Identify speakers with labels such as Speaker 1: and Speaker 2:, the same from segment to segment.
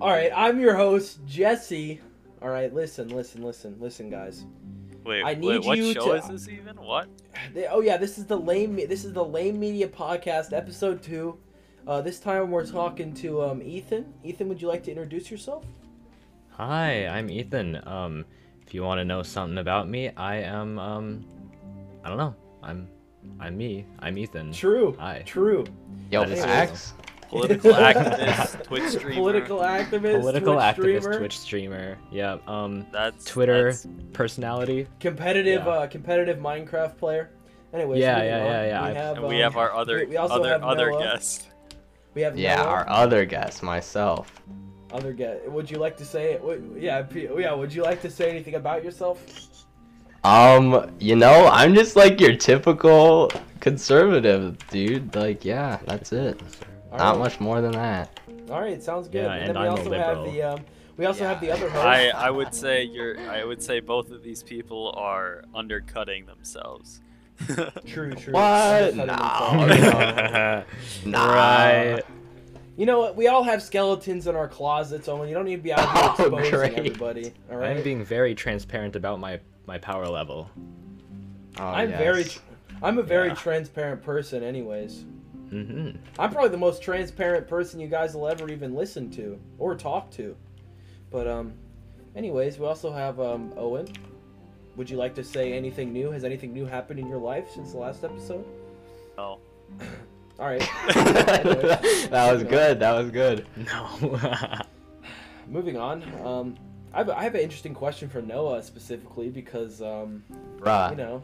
Speaker 1: All right, I'm your host, Jesse. All right, listen, listen, listen, listen, guys.
Speaker 2: Wait,
Speaker 1: I
Speaker 2: wait,
Speaker 1: need
Speaker 2: what
Speaker 1: you
Speaker 2: show
Speaker 1: to-
Speaker 2: is this even? What?
Speaker 1: They- oh yeah, this is the lame. Me- This is the lame media podcast, episode two. Uh, this time we're talking to um, Ethan. Ethan, would you like to introduce yourself?
Speaker 3: Hi, I'm Ethan. Um, if you want to know something about me, I am um, I don't know. I'm, I'm me. I'm Ethan.
Speaker 1: True.
Speaker 3: Hi.
Speaker 1: True.
Speaker 4: Yo,
Speaker 3: That is
Speaker 4: facts.
Speaker 2: Political activist, Twitch streamer.
Speaker 1: Political activist.
Speaker 3: Political
Speaker 1: Twitch
Speaker 3: activist,
Speaker 1: streamer,
Speaker 3: Twitch streamer. Yeah. Um,
Speaker 2: That's
Speaker 3: Twitter
Speaker 2: that's-
Speaker 3: personality.
Speaker 1: Competitive.
Speaker 3: Yeah.
Speaker 1: Uh, competitive Minecraft player. Anyways.
Speaker 3: Yeah,
Speaker 1: moving
Speaker 3: yeah,
Speaker 1: on.
Speaker 3: yeah, yeah,
Speaker 1: We
Speaker 3: I've-
Speaker 1: have,
Speaker 2: and we
Speaker 1: um,
Speaker 2: have our other
Speaker 1: we- we also
Speaker 2: other
Speaker 1: have
Speaker 2: other
Speaker 1: Noah.
Speaker 2: guest.
Speaker 1: We have
Speaker 4: Yeah,
Speaker 1: Noah.
Speaker 4: our other guest, myself.
Speaker 1: other guy. Would you like to say it? Would- Yeah, P- yeah. Would you like to say anything about yourself?
Speaker 4: Um, you know, I'm just like your typical conservative, dude. Like, yeah, that's it.
Speaker 1: All
Speaker 4: Not
Speaker 1: right.
Speaker 4: much more than that.
Speaker 1: All right, sounds good.
Speaker 3: Yeah,
Speaker 1: and then
Speaker 3: and
Speaker 1: we
Speaker 3: I'm a
Speaker 1: also have the um, we also
Speaker 4: Yeah.
Speaker 1: have the other host.
Speaker 2: I, I would say you're I would say both of these people are undercutting themselves.
Speaker 1: True, true. Just
Speaker 4: What? No,
Speaker 1: having them talk.
Speaker 3: right.
Speaker 4: Nah.
Speaker 1: You know what? We all have skeletons in our closets, Owen. You don't need to be out here
Speaker 4: Oh,
Speaker 1: exposing
Speaker 4: great.
Speaker 1: everybody. All
Speaker 3: I'm
Speaker 1: right.
Speaker 3: being very transparent about my my power level.
Speaker 4: Oh,
Speaker 1: I'm very,
Speaker 4: yes.
Speaker 1: I'm a very
Speaker 3: Yeah.
Speaker 1: transparent person, anyways.
Speaker 3: hmm
Speaker 1: I'm probably the most transparent person you guys will ever even listen to or talk to. But um, anyways, we also have um Owen. Would you like to say anything new? Has anything new happened in your life since the last episode?
Speaker 2: No.
Speaker 1: All right.
Speaker 4: that was good. That was good.
Speaker 3: No.
Speaker 1: Moving on, um, I have, I have an interesting question for Noah specifically because, um, you
Speaker 2: Ah.
Speaker 4: Bruh.
Speaker 1: know,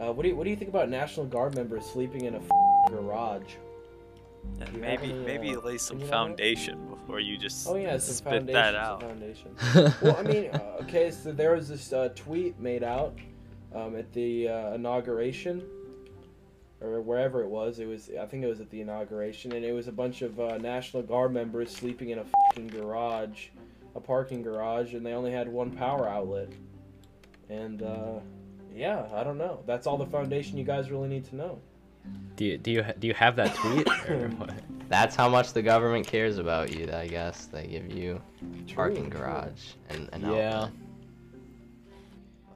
Speaker 1: uh, what do you, what do you think about National Guard members sleeping in a f- garage?
Speaker 2: And
Speaker 1: you have
Speaker 2: maybe
Speaker 1: any,
Speaker 2: maybe
Speaker 1: uh,
Speaker 2: lay some
Speaker 1: opinion on it?
Speaker 2: foundation before you just
Speaker 1: Oh yeah, some
Speaker 2: spit
Speaker 1: foundation.
Speaker 2: that
Speaker 1: some
Speaker 2: out.
Speaker 1: foundation. Well, I mean, uh, okay, so there was this uh, tweet made out um, at the uh, inauguration or wherever it was. It was I think it was at the inauguration, and it was a bunch of uh, National Guard members sleeping in a fucking garage, a parking garage, and they only had one power outlet. And uh, yeah, I don't know. That's all the foundation you guys really need to know.
Speaker 3: do you do you ha- do you have that tweet? Or what?
Speaker 4: That's how much the government cares about you, I guess. They give you parking
Speaker 1: True, true.
Speaker 4: garage and, and
Speaker 3: Yeah.
Speaker 4: But,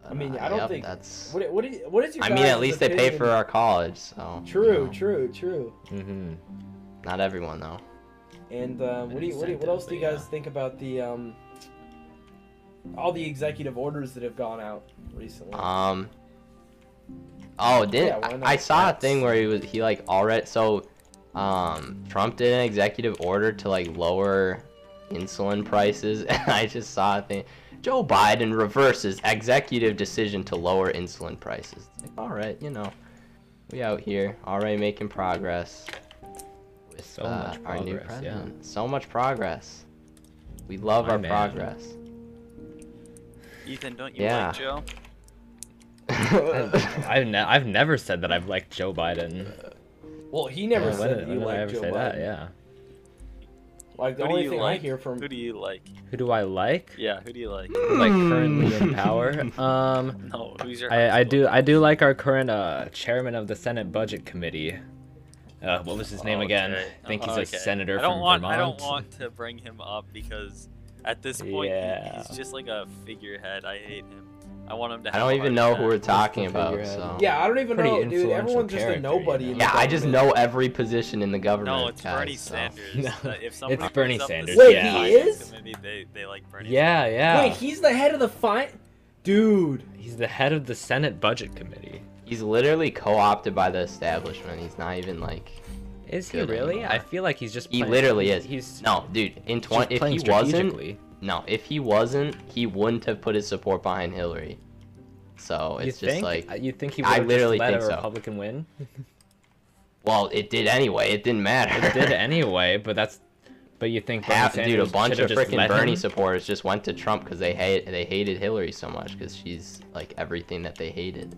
Speaker 1: I mean,
Speaker 4: uh,
Speaker 1: I don't
Speaker 4: yep,
Speaker 1: think-
Speaker 4: that's.
Speaker 1: What what is, what is your
Speaker 4: I mean,
Speaker 1: guys'
Speaker 4: at least they pay
Speaker 1: opinion-
Speaker 4: for our college, so. you
Speaker 1: True,
Speaker 4: know,
Speaker 1: true, true.
Speaker 3: hmm
Speaker 4: Not everyone though.
Speaker 1: And um, what do you, what, do you, what else do you guys
Speaker 3: Incentives,
Speaker 1: think about the um, all the executive orders that have gone out recently?
Speaker 4: Um. Oh, did
Speaker 1: Yeah, why
Speaker 4: I,
Speaker 1: not?
Speaker 4: I saw a
Speaker 1: That's-
Speaker 4: thing where he was he like already so, um, Trump did an executive order to like lower insulin prices, and I just saw a thing. Joe Biden reverses executive decision to lower insulin prices. It's like, all right, you know, we out here already making progress. With
Speaker 3: So
Speaker 4: uh,
Speaker 3: much
Speaker 4: our new
Speaker 3: progress, yeah.
Speaker 4: president, so much progress. We love
Speaker 3: My
Speaker 4: our
Speaker 3: man.
Speaker 4: progress.
Speaker 2: Ethan, don't you
Speaker 4: Yeah.
Speaker 2: like Joe?
Speaker 3: I've ne- I've never said that I've liked Joe Biden.
Speaker 1: well, he never
Speaker 3: Yeah, when
Speaker 1: said
Speaker 3: did-
Speaker 1: that
Speaker 3: when
Speaker 1: you
Speaker 3: did I
Speaker 1: like
Speaker 3: ever
Speaker 1: Joe
Speaker 3: say
Speaker 1: Biden.
Speaker 3: that? Yeah.
Speaker 1: Like the
Speaker 2: Who do
Speaker 1: only
Speaker 2: you
Speaker 1: thing
Speaker 2: like?
Speaker 1: I hear from
Speaker 2: Who do you like?
Speaker 3: Who do I like?
Speaker 2: Yeah, who do you like?
Speaker 3: Like currently in power? Um,
Speaker 2: No, who's your
Speaker 3: Hmm. I, I
Speaker 2: husband?
Speaker 3: do I do like our current uh, chairman of the Senate Budget Committee. Uh, what was his name again?
Speaker 2: Oh, Okay.
Speaker 3: I think he's
Speaker 2: Okay.
Speaker 3: a senator
Speaker 2: I don't
Speaker 3: from
Speaker 2: want,
Speaker 3: Vermont.
Speaker 2: I don't want to bring him up because at this point he-
Speaker 3: Yeah.
Speaker 2: he's just like a figurehead. I hate him. I want him to.
Speaker 4: I
Speaker 2: Have
Speaker 4: don't
Speaker 2: a
Speaker 4: even know
Speaker 2: heart
Speaker 4: who we're
Speaker 2: attack.
Speaker 4: talking about.
Speaker 3: figurehead.
Speaker 4: So
Speaker 1: Yeah, I don't even
Speaker 3: Pretty
Speaker 1: know, dude.
Speaker 3: influential
Speaker 1: Everyone's just a
Speaker 3: character,
Speaker 1: nobody.
Speaker 3: you
Speaker 1: in
Speaker 3: know?
Speaker 4: Yeah,
Speaker 1: the
Speaker 4: I just
Speaker 1: government.
Speaker 4: know every position in the government.
Speaker 2: No, it's
Speaker 4: guys,
Speaker 2: Bernie
Speaker 4: so-
Speaker 2: Sanders.
Speaker 3: No.
Speaker 2: Uh, If somebody
Speaker 3: It's Bernie
Speaker 2: brings up the
Speaker 3: Sanders,
Speaker 2: Biden
Speaker 1: Wait, yeah. he is?
Speaker 2: committee, they, they like Bernie.
Speaker 3: Yeah, yeah.
Speaker 1: Wait, he's the head of the fine, dude.
Speaker 3: He's the head of the Senate Budget Committee.
Speaker 4: He's literally co-opted by the establishment. He's not even like.
Speaker 3: Is he
Speaker 4: Good
Speaker 3: really?
Speaker 4: lord.
Speaker 3: I feel like he's just.
Speaker 4: He
Speaker 3: playing-
Speaker 4: literally
Speaker 3: he's,
Speaker 4: is.
Speaker 3: He's
Speaker 4: No, dude. In
Speaker 3: just
Speaker 4: twenty, if
Speaker 3: playing
Speaker 4: he wasn't,
Speaker 3: strategically.
Speaker 4: no, if he wasn't, he wouldn't have put his support behind Hillary. So
Speaker 3: You
Speaker 4: it's just
Speaker 3: think? uh,
Speaker 4: like,
Speaker 3: you think he
Speaker 4: I
Speaker 3: would have
Speaker 4: literally
Speaker 3: just let
Speaker 4: think
Speaker 3: a
Speaker 4: so.
Speaker 3: Republican win?
Speaker 4: well, it did anyway. It didn't matter.
Speaker 3: It did anyway, but that's. But you think Bernie
Speaker 4: Half, dude, a
Speaker 3: Sanders
Speaker 4: bunch of
Speaker 3: should've just
Speaker 4: freaking
Speaker 3: let
Speaker 4: Bernie
Speaker 3: him?
Speaker 4: supporters just went to Trump because they hate they hated Hillary so much because she's like everything that they hated.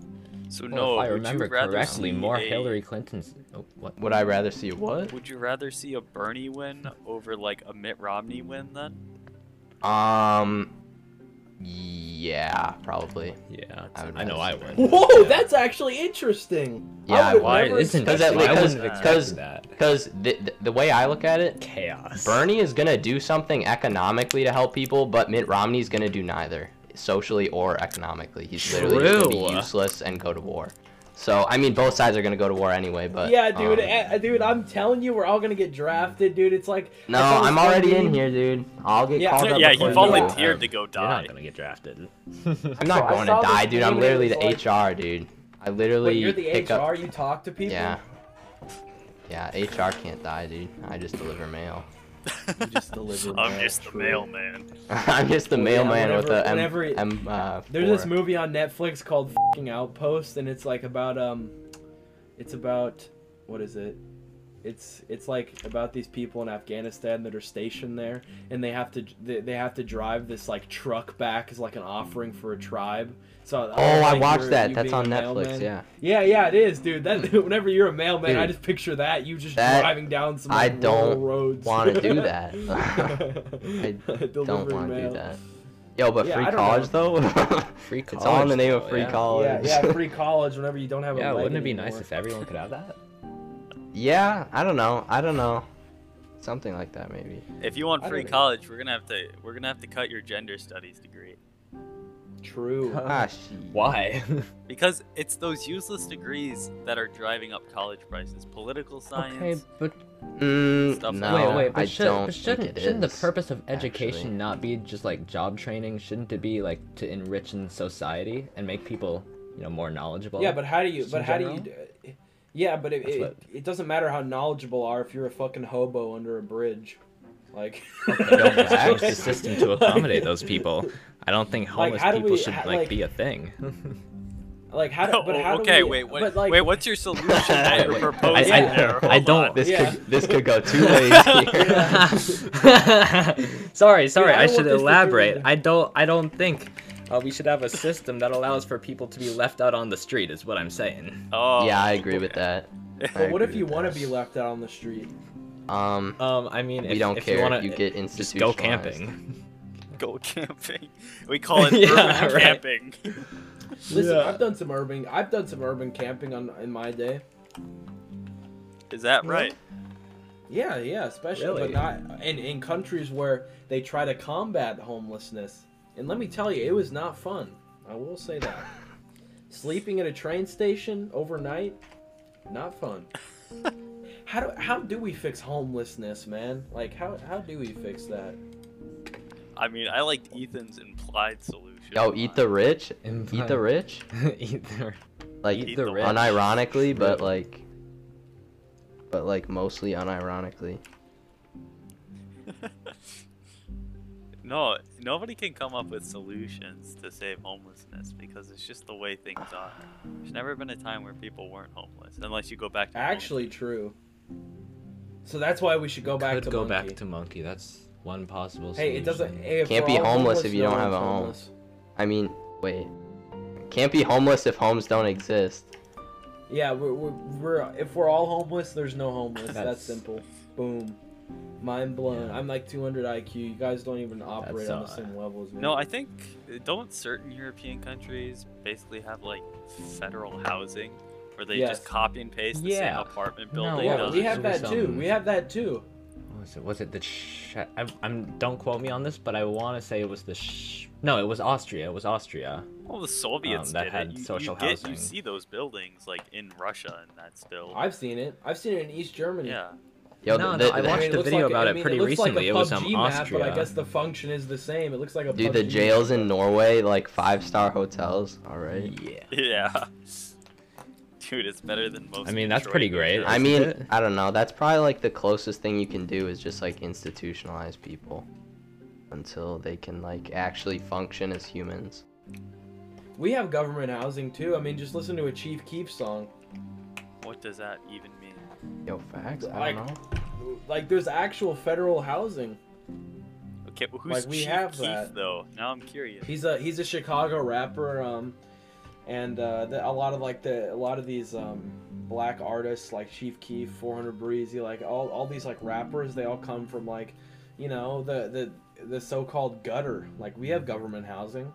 Speaker 2: So
Speaker 3: Well,
Speaker 2: no,
Speaker 3: if I
Speaker 2: would
Speaker 3: remember
Speaker 2: you rather
Speaker 3: correctly,
Speaker 2: see
Speaker 3: more
Speaker 2: a,
Speaker 3: Hillary Clinton's. Oh, what?
Speaker 4: Would I rather see what?
Speaker 2: Would you rather see a Bernie win over like a Mitt Romney win then?
Speaker 4: Um, Yeah, probably.
Speaker 3: Yeah,
Speaker 4: I would
Speaker 3: I, know I
Speaker 4: guess.
Speaker 3: would.
Speaker 1: Whoa,
Speaker 4: Yeah.
Speaker 1: that's actually interesting.
Speaker 4: Yeah,
Speaker 1: I would
Speaker 3: Why
Speaker 1: never
Speaker 3: isn't
Speaker 4: Because
Speaker 1: expect
Speaker 4: that-
Speaker 3: I
Speaker 4: because-
Speaker 3: wouldn't have
Speaker 4: because-
Speaker 3: expected that
Speaker 4: Because the, the, the way I look at it,
Speaker 3: chaos?
Speaker 4: Bernie is gonna do something economically to help people, but Mitt Romney's gonna do neither, socially or economically. He's literally just gonna be
Speaker 2: True.
Speaker 4: useless and go to war. So I mean, both sides are gonna go to war anyway. But
Speaker 1: yeah, dude,
Speaker 4: um,
Speaker 1: eh, dude, I'm telling you, we're all gonna get drafted, dude. It's like
Speaker 4: no,
Speaker 1: I saw this
Speaker 4: I'm
Speaker 1: one
Speaker 4: already
Speaker 1: meme-
Speaker 4: in here, dude. I'll get
Speaker 1: Yeah,
Speaker 4: called up.
Speaker 2: Yeah,
Speaker 4: before
Speaker 2: he
Speaker 4: you
Speaker 2: volunteered
Speaker 4: know.
Speaker 2: to go
Speaker 3: You're
Speaker 2: die.
Speaker 3: not gonna get drafted.
Speaker 4: I'm not
Speaker 1: So I
Speaker 4: going to
Speaker 1: saw this
Speaker 4: die, dude. I'm
Speaker 1: meme,
Speaker 4: literally
Speaker 1: it
Speaker 4: the
Speaker 1: was
Speaker 4: HR, dude. I literally
Speaker 1: Wait, you're the
Speaker 4: pick
Speaker 1: HR.
Speaker 4: up.
Speaker 1: You talk to people.
Speaker 4: Yeah. Yeah, HR can't die, dude. I just deliver mail.
Speaker 1: just deliver
Speaker 2: I'm
Speaker 1: mail,
Speaker 2: just the
Speaker 1: true.
Speaker 2: mailman.
Speaker 4: I'm just the
Speaker 1: Well, yeah,
Speaker 4: mailman with
Speaker 1: whenever-
Speaker 4: the M.
Speaker 1: whenever it-
Speaker 4: M uh,
Speaker 1: There's this
Speaker 4: four.
Speaker 1: movie on Netflix called "Fucking Outpost," and it's like about um, it's about what is it? It's it's like about these people in Afghanistan that are stationed there,
Speaker 4: Mm.
Speaker 1: and they have to they, they have to drive this like truck back as like an offering for a tribe. So
Speaker 4: Oh, I
Speaker 1: like,
Speaker 4: watched
Speaker 1: you're-
Speaker 4: that.
Speaker 1: you
Speaker 4: That's
Speaker 1: being
Speaker 4: on
Speaker 1: a
Speaker 4: Netflix.
Speaker 1: mailman.
Speaker 4: Yeah. Mm.
Speaker 1: Yeah, yeah, it is, dude. That whenever you're a mailman, I
Speaker 4: Dude.
Speaker 1: just picture that you just
Speaker 4: That-
Speaker 1: driving down some.
Speaker 4: I
Speaker 1: Like, rural
Speaker 4: don't
Speaker 1: roads.
Speaker 4: wanna do that.
Speaker 1: I
Speaker 4: don't want to do that. Yo, but
Speaker 1: Yeah,
Speaker 4: free
Speaker 1: I don't
Speaker 4: college though.
Speaker 3: Free
Speaker 4: it's all in the name of
Speaker 3: though,
Speaker 4: free
Speaker 3: yeah.
Speaker 1: Yeah,
Speaker 4: college.
Speaker 1: yeah, free college whenever you don't have a
Speaker 3: Yeah,
Speaker 1: leg
Speaker 3: wouldn't it be
Speaker 1: anymore.
Speaker 3: nice if everyone could have that?
Speaker 4: Yeah, I don't know. I don't know. Something like that maybe.
Speaker 2: If you want
Speaker 1: I
Speaker 2: free
Speaker 1: don't know.
Speaker 2: college, we're gonna have to we're gonna have to cut your gender studies degree
Speaker 1: True.
Speaker 4: Ah, shit.
Speaker 3: Why?
Speaker 2: because it's those useless degrees that are driving up college prices. Political science.
Speaker 3: but
Speaker 4: Mm,
Speaker 2: Stuff like
Speaker 4: no,
Speaker 2: that.
Speaker 3: wait, wait, but,
Speaker 4: I
Speaker 3: should,
Speaker 4: don't
Speaker 3: but shouldn't,
Speaker 4: think it
Speaker 3: shouldn't the
Speaker 4: is,
Speaker 3: purpose of education
Speaker 4: actually.
Speaker 3: not be just like job training? Shouldn't it be like to enrich in society and make people, you know, more knowledgeable?
Speaker 1: yeah, but how do you?
Speaker 3: Just
Speaker 1: But
Speaker 3: in
Speaker 1: how do you?
Speaker 3: general?
Speaker 1: do- Yeah, but it,
Speaker 3: That's
Speaker 1: it,
Speaker 3: what-
Speaker 1: it doesn't matter how knowledgeable you are if you're a fucking hobo under a bridge, like.
Speaker 3: They don't have the system to accommodate those people. I don't think homeless
Speaker 1: how do
Speaker 3: people
Speaker 1: we-
Speaker 3: should
Speaker 1: how-
Speaker 3: like,
Speaker 1: like-
Speaker 3: be a thing.
Speaker 1: Like how? Do, but
Speaker 2: Oh,
Speaker 1: how
Speaker 2: okay,
Speaker 1: do we,
Speaker 2: wait, what,
Speaker 1: but, like,
Speaker 2: wait, what's your solution that you're
Speaker 4: Wait,
Speaker 2: proposing
Speaker 3: I, I,
Speaker 2: there? Hold
Speaker 3: I don't.
Speaker 2: on.
Speaker 4: This
Speaker 1: Yeah.
Speaker 4: could this could go two ways here.
Speaker 3: sorry, sorry.
Speaker 1: I don't
Speaker 3: I,
Speaker 1: want
Speaker 3: should
Speaker 1: this to
Speaker 3: elaborate.
Speaker 1: turn into-
Speaker 3: I don't. I don't think uh, we should have a system that allows for people to be left out on the street. Is what I'm saying.
Speaker 2: Oh,
Speaker 4: yeah, I agree with that. I
Speaker 1: But what if
Speaker 4: agree
Speaker 1: you
Speaker 4: with
Speaker 1: want to be
Speaker 4: that.
Speaker 1: left out on the street?
Speaker 4: Um,
Speaker 3: Um, I mean,
Speaker 4: we
Speaker 3: if,
Speaker 4: don't
Speaker 3: if
Speaker 4: care.
Speaker 3: You,
Speaker 4: You,
Speaker 3: wanna, e,
Speaker 4: get
Speaker 3: just
Speaker 4: institutionalized.
Speaker 3: go camping.
Speaker 2: Go camping. We call it
Speaker 3: Yeah,
Speaker 2: urban
Speaker 3: right.
Speaker 2: camping.
Speaker 1: Listen,
Speaker 3: Yeah.
Speaker 1: I've done some urban. I've done some urban camping on in my day.
Speaker 2: Is that right?
Speaker 1: Yeah, yeah, especially but
Speaker 3: Really?
Speaker 1: not in in countries where they try to combat homelessness. And let me tell you, it was not fun. I will say that. Sleeping at a train station overnight, not fun. how do how do we fix homelessness, man? Like how how do we fix that?
Speaker 2: I mean, I liked Ethan's implied solution.
Speaker 4: Yo, eat the rich. Eat the rich.
Speaker 3: Either.
Speaker 4: Like
Speaker 3: Eat the rich.
Speaker 4: unironically, but like, but like mostly unironically.
Speaker 2: No, nobody can come up with solutions to save homelessness because it's just the way things are. There's never been a time where people weren't homeless, unless you go back to
Speaker 1: Actually true. So that's why we should go back
Speaker 3: Could
Speaker 1: to
Speaker 3: go
Speaker 1: monkey.
Speaker 3: back to monkey. That's one possible.
Speaker 1: Hey, it doesn't hey, if
Speaker 4: Can't
Speaker 1: we're
Speaker 4: be
Speaker 1: all
Speaker 4: homeless if you
Speaker 1: no
Speaker 4: don't have
Speaker 1: one's
Speaker 4: a home.
Speaker 1: homeless.
Speaker 4: I mean, wait. Can't be homeless if homes don't exist.
Speaker 1: Yeah, we're, we're, we're if we're all homeless, there's no homeless. That's,
Speaker 3: That's-
Speaker 1: simple. Boom. Mind blown.
Speaker 3: Yeah.
Speaker 1: I'm like 200 IQ. You guys don't even operate on the
Speaker 3: uh,
Speaker 1: same level as me.
Speaker 2: No, I think uh, don't certain European countries basically have like federal housing where they
Speaker 1: Yes.
Speaker 2: just copy and paste the
Speaker 3: Yeah.
Speaker 2: same apartment
Speaker 3: No,
Speaker 2: building?
Speaker 1: yeah,
Speaker 3: know,
Speaker 1: we
Speaker 2: doesn't-
Speaker 1: have that
Speaker 3: there's
Speaker 1: too.
Speaker 3: some-
Speaker 1: We have that too.
Speaker 3: What was it? Was it the? Sh- I, I'm. Don't quote me on this, but I want to say it was the. Sh- no, it was Austria. It was Austria.
Speaker 2: Well, the Soviets
Speaker 3: Um, that
Speaker 2: did
Speaker 3: had
Speaker 2: it. You,
Speaker 3: social
Speaker 2: you get,
Speaker 3: housing.
Speaker 2: You see those buildings like in Russia, and that's still
Speaker 1: I've seen it. I've seen it in East Germany.
Speaker 2: yeah.
Speaker 4: Yo,
Speaker 3: No,
Speaker 4: the-
Speaker 3: no,
Speaker 4: the-
Speaker 3: I
Speaker 4: the-
Speaker 3: watched
Speaker 1: mean,
Speaker 3: the
Speaker 1: looks
Speaker 3: video
Speaker 1: like-
Speaker 3: about
Speaker 1: I
Speaker 3: it
Speaker 1: mean,
Speaker 3: pretty
Speaker 1: looks like a
Speaker 3: recently. It was,
Speaker 1: PUBG
Speaker 3: um,
Speaker 1: map, but I
Speaker 3: Austria.
Speaker 1: guess the function is the same. It looks like a
Speaker 4: Dude, the
Speaker 1: PUBG
Speaker 4: jails in Norway like five star hotels. All right.
Speaker 3: Yeah.
Speaker 2: Yeah. Dude, it's better than most.
Speaker 3: I mean, that's
Speaker 2: Detroit
Speaker 3: pretty
Speaker 2: New
Speaker 3: great.
Speaker 2: Jersey.
Speaker 4: I
Speaker 3: Isn't
Speaker 4: mean,
Speaker 3: it?
Speaker 4: I don't know. That's probably like the closest thing you can do is just like institutionalize people until they can like actually function as humans.
Speaker 1: We have government housing too. I mean, just listen to a Chief Keef song.
Speaker 2: what does that even mean?
Speaker 4: Yo, facts. I
Speaker 1: Like-
Speaker 4: don't know.
Speaker 1: Like, there's actual federal housing.
Speaker 2: Okay, well, who's
Speaker 1: Like, we
Speaker 2: Chief
Speaker 1: have
Speaker 2: Keef
Speaker 1: that.
Speaker 2: though? Now I'm curious.
Speaker 1: He's a he's a Chicago rapper, um, and uh, the, a lot of like the a lot of these um, black artists like Chief Keef, 400 Breezy, like all all these like rappers, they all come from like you know the the the so-called gutter. Like we have government housing.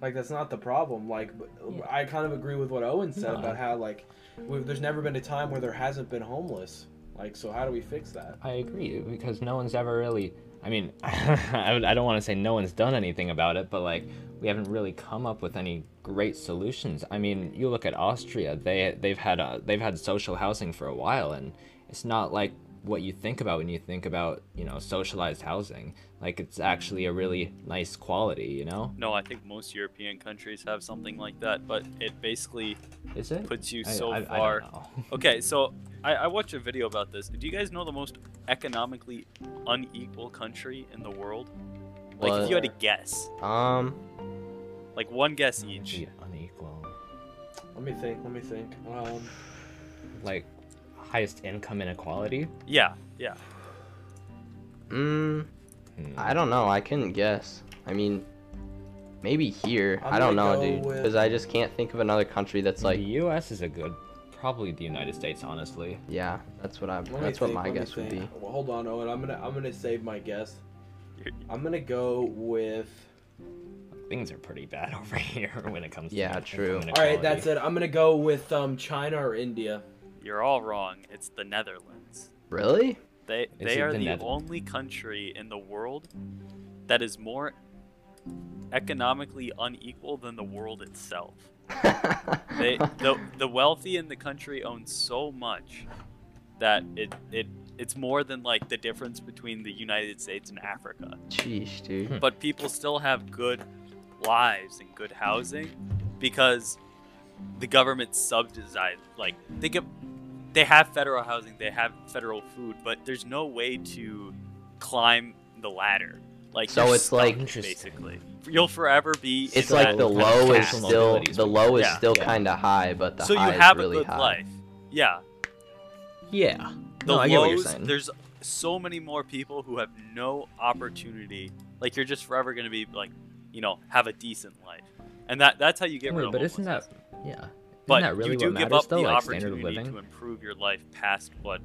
Speaker 1: Like that's not the problem. Like but
Speaker 3: Yeah.
Speaker 1: I kind of agree with what Owen said
Speaker 3: No.
Speaker 1: about how like we, there's never been a time where there hasn't been homeless. Like so, how do we fix that?
Speaker 3: I agree because no one's ever really. I mean, I would- I don't want to say no one's done anything about it, but like we haven't really come up with any great solutions. I mean, you look at Austria; they they've had uh they've had social housing for a while, and it's not like what you think about when you think about you know socialized housing. Like it's actually a really nice quality, you know?
Speaker 2: No, I think most European countries have something like that, but it basically
Speaker 3: Is it?
Speaker 2: puts you
Speaker 3: I-
Speaker 2: so
Speaker 3: I- I don't
Speaker 2: far.
Speaker 3: know.
Speaker 2: Okay, so I, I watched a video about this. Do you guys know the most economically unequal country in the world? Like, if you had to guess,
Speaker 4: Um,
Speaker 2: like one guess each.
Speaker 3: Be unequal.
Speaker 1: Let me think. Let me think. Um,
Speaker 3: Like highest income inequality.
Speaker 2: Yeah, yeah.
Speaker 4: mm,
Speaker 3: Hmm.
Speaker 4: I don't know. I couldn't guess. I mean, maybe here.
Speaker 1: I'm
Speaker 4: I don't
Speaker 1: gonna
Speaker 4: know,
Speaker 1: go
Speaker 4: dude,
Speaker 1: with-
Speaker 4: because I just can't think of another country that's like.
Speaker 3: the U.S. is a good, probably the United States, honestly.
Speaker 4: Yeah, that's what I.
Speaker 1: let me
Speaker 4: That's what
Speaker 1: think,
Speaker 4: my
Speaker 1: let me
Speaker 4: guess would be.
Speaker 1: think. Well, hold on, Owen. I'm gonna I'm gonna save my guess.
Speaker 2: You're-
Speaker 1: I'm gonna go with.
Speaker 3: Things are pretty bad over here when it comes. to
Speaker 4: Yeah,
Speaker 3: income
Speaker 4: true. All
Speaker 1: All right,
Speaker 3: inequality.
Speaker 1: that's it. I'm gonna go with um, China or India.
Speaker 2: You're all wrong. It's the Netherlands.
Speaker 4: Really?
Speaker 2: They they
Speaker 3: it
Speaker 2: are
Speaker 3: the
Speaker 2: the
Speaker 3: Nether-
Speaker 2: only country in the world that is more economically unequal than the world itself. They the the wealthy in the country own so much that it it it's more than like the difference between the United States and Africa.
Speaker 4: Sheesh, dude.
Speaker 2: But people still have good lives and good housing because the government subsidized like they get they have federal housing, they have federal food, but there's no way to climb the ladder. Like
Speaker 4: So
Speaker 2: you're
Speaker 4: it's
Speaker 2: stuck,
Speaker 4: like-
Speaker 3: Interesting.
Speaker 2: basically. You'll forever be
Speaker 4: It's
Speaker 2: in
Speaker 4: like
Speaker 2: that
Speaker 4: the
Speaker 2: kind of
Speaker 4: low is
Speaker 2: caste.
Speaker 3: Personal
Speaker 4: still
Speaker 3: abilities
Speaker 4: the
Speaker 3: we-
Speaker 4: low is
Speaker 2: Yeah.
Speaker 4: still
Speaker 3: Yeah.
Speaker 4: kind of high, but the
Speaker 2: so
Speaker 4: high
Speaker 2: you have
Speaker 4: is really
Speaker 2: a good
Speaker 4: high.
Speaker 2: life. Yeah.
Speaker 3: Yeah.
Speaker 2: The
Speaker 4: No, I
Speaker 2: lows,
Speaker 4: get what you're saying.
Speaker 2: there's so many more people who have no opportunity. Like you're just forever gonna be like, you know, have a decent life, and that that's how you get rid
Speaker 3: Wait,
Speaker 2: of.
Speaker 3: but isn't that?
Speaker 2: homelessness.
Speaker 3: Yeah. Isn't
Speaker 2: But
Speaker 3: that really
Speaker 2: you do
Speaker 3: what
Speaker 2: give
Speaker 3: matters
Speaker 2: up
Speaker 3: though?
Speaker 2: the
Speaker 3: like standard of
Speaker 2: opportunity
Speaker 3: living.
Speaker 2: to improve your life past what.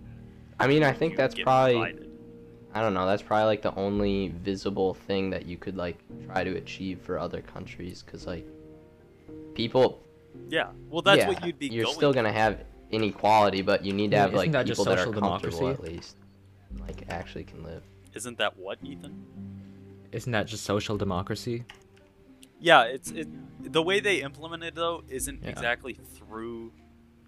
Speaker 4: I mean, I think
Speaker 2: you
Speaker 4: that's
Speaker 2: get
Speaker 4: probably
Speaker 2: provided.
Speaker 4: I don't know. That's probably like the only visible thing that you could like try to achieve for other countries, because like people.
Speaker 2: Yeah. Well, that's
Speaker 4: yeah,
Speaker 2: what you'd be
Speaker 4: You're
Speaker 2: going.
Speaker 4: still gonna have inequality, but you need to
Speaker 3: Yeah,
Speaker 4: have like
Speaker 3: isn't that just
Speaker 4: people that are
Speaker 3: social
Speaker 4: comfortable at
Speaker 3: democracy?
Speaker 4: least, like actually can live.
Speaker 2: Isn't that what Ethan?
Speaker 3: Isn't that just social democracy?
Speaker 2: Yeah. It's it. The way they implement it though isn't
Speaker 3: Yeah.
Speaker 2: exactly through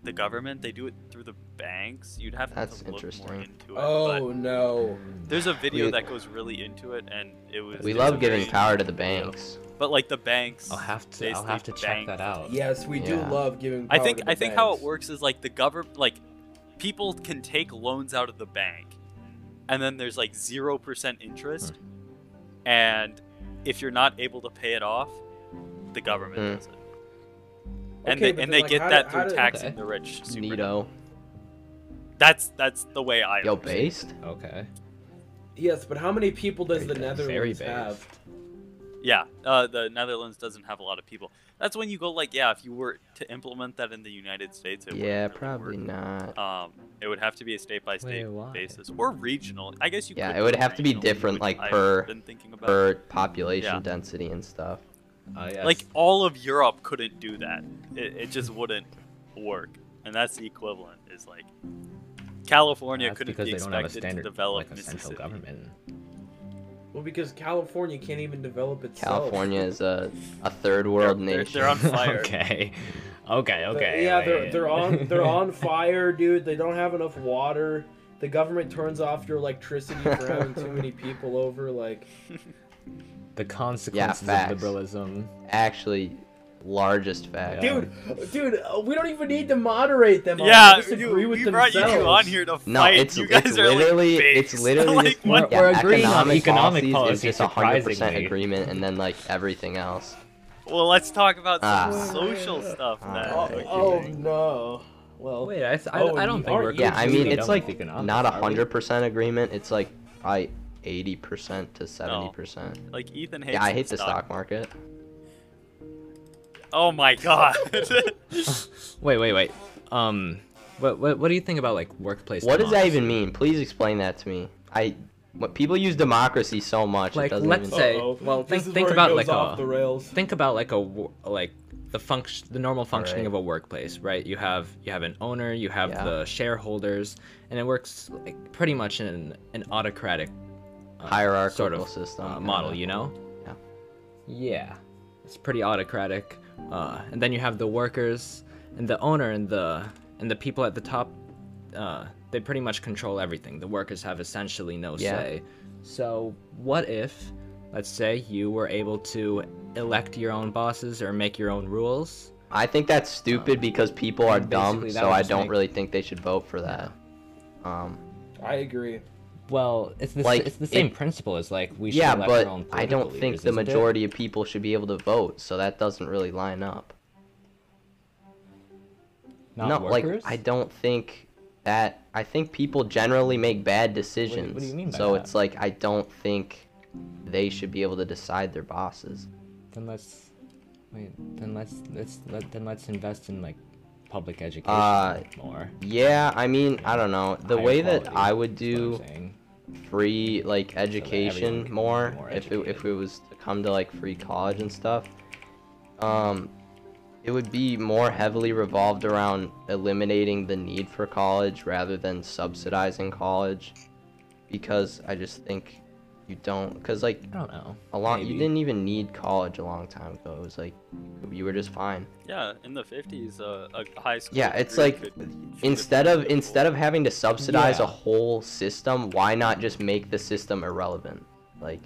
Speaker 2: the government. They do it through the banks. You'd have
Speaker 4: That's
Speaker 2: to look more
Speaker 4: interesting.
Speaker 2: into it. but-
Speaker 1: Oh no.
Speaker 2: There's a video
Speaker 4: We-
Speaker 2: that goes really into it, and it was.
Speaker 4: We
Speaker 2: it's a
Speaker 4: love giving
Speaker 2: very-
Speaker 4: power Oh, to the banks.
Speaker 2: but like the banks.
Speaker 3: I'll have to. I'll
Speaker 2: basically
Speaker 3: have to check
Speaker 2: bank-
Speaker 3: that out.
Speaker 1: Yes, we do
Speaker 4: Yeah.
Speaker 1: love giving.
Speaker 2: I
Speaker 1: power
Speaker 2: think
Speaker 1: to the
Speaker 2: I think how it
Speaker 1: banks.
Speaker 2: works is like the government, like people can take loans out of the bank, and then there's like zero percent interest,
Speaker 4: Hmm.
Speaker 2: and if you're not able to pay it off, the government
Speaker 4: Hmm.
Speaker 2: does it. And
Speaker 1: Okay,
Speaker 2: they
Speaker 1: but
Speaker 2: and
Speaker 1: then,
Speaker 2: they
Speaker 1: like,
Speaker 2: get
Speaker 1: how do-
Speaker 2: that
Speaker 1: how
Speaker 2: through
Speaker 1: do-
Speaker 2: taxing
Speaker 3: Okay.
Speaker 2: the rich. Super
Speaker 4: Neato.
Speaker 2: That's that's the way I.
Speaker 4: Yo,
Speaker 2: understand it.
Speaker 4: based?
Speaker 3: Okay.
Speaker 1: Yes, but how many people does the
Speaker 3: Very ba- very
Speaker 1: Netherlands
Speaker 3: based.
Speaker 1: have?
Speaker 2: Yeah, uh, the Netherlands doesn't have a lot of people. That's when you go like, yeah, if you were to implement that in the United States, it
Speaker 4: Yeah,
Speaker 2: wouldn't really
Speaker 4: probably not.
Speaker 2: Work. Um, it would have to be a state by state
Speaker 3: Wait, why?
Speaker 2: basis or regional. I guess you.
Speaker 4: Yeah,
Speaker 2: could
Speaker 4: it
Speaker 2: do
Speaker 4: would have to be
Speaker 2: regional,
Speaker 4: different,
Speaker 2: which
Speaker 4: like,
Speaker 2: I've
Speaker 4: per-
Speaker 2: Been thinking about
Speaker 4: For population
Speaker 2: Yeah.
Speaker 4: density and stuff.
Speaker 3: Uh, yes.
Speaker 2: like all of Europe couldn't do that. It, it just wouldn't work, and that's the equivalent. Is like California
Speaker 3: that's
Speaker 2: couldn't
Speaker 3: because
Speaker 2: be
Speaker 3: they don't have a
Speaker 2: expected
Speaker 3: standard
Speaker 2: to develop
Speaker 3: like a central
Speaker 2: Mississippi.
Speaker 3: government.
Speaker 1: Well, because California can't even develop itself.
Speaker 4: California is a, a third world
Speaker 2: they're- they're
Speaker 4: nation.
Speaker 2: on fire.
Speaker 3: okay. Okay.
Speaker 1: They're-
Speaker 3: Okay.
Speaker 1: yeah,
Speaker 3: wait.
Speaker 1: they're they're on they're on fire, dude. They don't have enough water. The government turns off your electricity for having too many people over. Like,
Speaker 3: the consequences
Speaker 4: facts.
Speaker 3: of liberalism.
Speaker 4: Actually, largest fact.
Speaker 3: Yeah.
Speaker 1: dude, dude, uh, we don't even need to moderate them. on.
Speaker 2: Yeah,
Speaker 1: They just
Speaker 2: you-
Speaker 1: agree with
Speaker 2: we brought
Speaker 1: themselves.
Speaker 2: you two on here to fight.
Speaker 4: No, it's-
Speaker 2: you guys
Speaker 4: it's
Speaker 2: are like,
Speaker 4: literally- it's
Speaker 2: "Based."
Speaker 4: literally
Speaker 2: like,
Speaker 4: just
Speaker 2: what
Speaker 3: more- We're agreeing on economic
Speaker 4: policies
Speaker 3: policy,
Speaker 4: is just 100%
Speaker 3: surprisingly.
Speaker 4: agreement, and then like everything else.
Speaker 2: Well, let's talk about some
Speaker 4: Ah.
Speaker 2: social stuff
Speaker 4: Ah.
Speaker 2: then.
Speaker 1: Oh,
Speaker 4: Okay.
Speaker 1: oh, no. Well,
Speaker 3: Wait, I, I,
Speaker 1: Oh,
Speaker 3: I don't
Speaker 1: you
Speaker 3: think
Speaker 1: are-
Speaker 3: we're.
Speaker 4: Yeah, I
Speaker 3: completely
Speaker 4: mean
Speaker 3: done
Speaker 4: it's
Speaker 3: with
Speaker 4: like
Speaker 3: economics,
Speaker 4: not
Speaker 3: are we?
Speaker 4: 100% agreement. It's like probably 80% to 70%.
Speaker 2: Like Ethan hates.
Speaker 4: Yeah, I
Speaker 2: the
Speaker 4: hate the
Speaker 2: stock.
Speaker 4: stock market.
Speaker 2: Oh my god.
Speaker 3: Wait, wait, wait. Um, what, what, what do you think about like workplace?
Speaker 4: What does that
Speaker 3: democracy?
Speaker 4: even mean? Please explain that to me. I But people use democracy so much.
Speaker 3: Like,
Speaker 4: it doesn't
Speaker 3: let's
Speaker 4: even...
Speaker 3: say- well,
Speaker 1: This
Speaker 3: think-
Speaker 1: is
Speaker 3: think
Speaker 1: where it
Speaker 3: about,
Speaker 1: goes
Speaker 3: like, uh,
Speaker 1: off
Speaker 3: a-
Speaker 1: the rails.
Speaker 3: think about like a wo- like the function the normal functioning
Speaker 4: Alright.
Speaker 3: of a workplace right you have you have an owner you have
Speaker 4: Yeah.
Speaker 3: the shareholders and it works like pretty much in an autocratic uh, sort
Speaker 4: hierarchical
Speaker 3: of
Speaker 4: system
Speaker 3: uh,
Speaker 4: kinda.
Speaker 3: model you know
Speaker 4: Yeah.
Speaker 3: yeah it's pretty autocratic uh, and then you have the workers and the owner and the and the people at the top uh, they pretty much control everything the workers have essentially no
Speaker 4: Yeah.
Speaker 3: say so what if let's say you were able to elect your own bosses or make your own rules
Speaker 4: I think that's stupid because people are dumb,
Speaker 3: Oh. basically that
Speaker 4: so
Speaker 3: would
Speaker 4: I
Speaker 3: just
Speaker 4: don't
Speaker 3: make-
Speaker 4: really think they should vote for that. Um,
Speaker 1: I agree.
Speaker 3: well it's the,
Speaker 4: Like,
Speaker 3: it's the same
Speaker 4: it-
Speaker 3: principle as like we should
Speaker 4: yeah,
Speaker 3: elect
Speaker 4: but
Speaker 3: our own
Speaker 4: I don't
Speaker 3: political
Speaker 4: think
Speaker 3: leaders,
Speaker 4: the
Speaker 3: isn't it?
Speaker 4: majority of people should be able to vote, so that doesn't really line up.
Speaker 3: not
Speaker 4: no,
Speaker 3: workers?
Speaker 4: like I don't think that. I think people generally make bad decisions.
Speaker 3: mean by
Speaker 4: so
Speaker 3: that?
Speaker 4: it's like I don't think they should be able to decide their bosses.
Speaker 3: then let's wait then let's let's let, then let's invest in like public education
Speaker 4: Uh,
Speaker 3: like, more
Speaker 4: Yeah, I mean, I don't know. The
Speaker 3: Higher
Speaker 4: way that
Speaker 3: quality,
Speaker 4: I
Speaker 3: is
Speaker 4: would
Speaker 3: what I'm
Speaker 4: do
Speaker 3: saying.
Speaker 4: free like
Speaker 3: everyone
Speaker 4: education
Speaker 3: can
Speaker 4: more,
Speaker 3: be more
Speaker 4: if it, if
Speaker 3: educated.
Speaker 4: it was to come to like free college and stuff um it would be more heavily revolved around eliminating the need for college rather than subsidizing college because i just think you don't because like
Speaker 3: i don't know
Speaker 4: a long you
Speaker 3: Maybe.
Speaker 4: didn't even need college a long time ago it was like you were just fine
Speaker 2: Yeah, in the 50s, uh, a high school.
Speaker 4: yeah it's
Speaker 2: degree
Speaker 4: like
Speaker 2: could- should
Speaker 4: instead
Speaker 2: have
Speaker 4: of
Speaker 2: been
Speaker 4: instead of having to subsidize a
Speaker 3: Yeah.
Speaker 4: whole system why not just make the system irrelevant like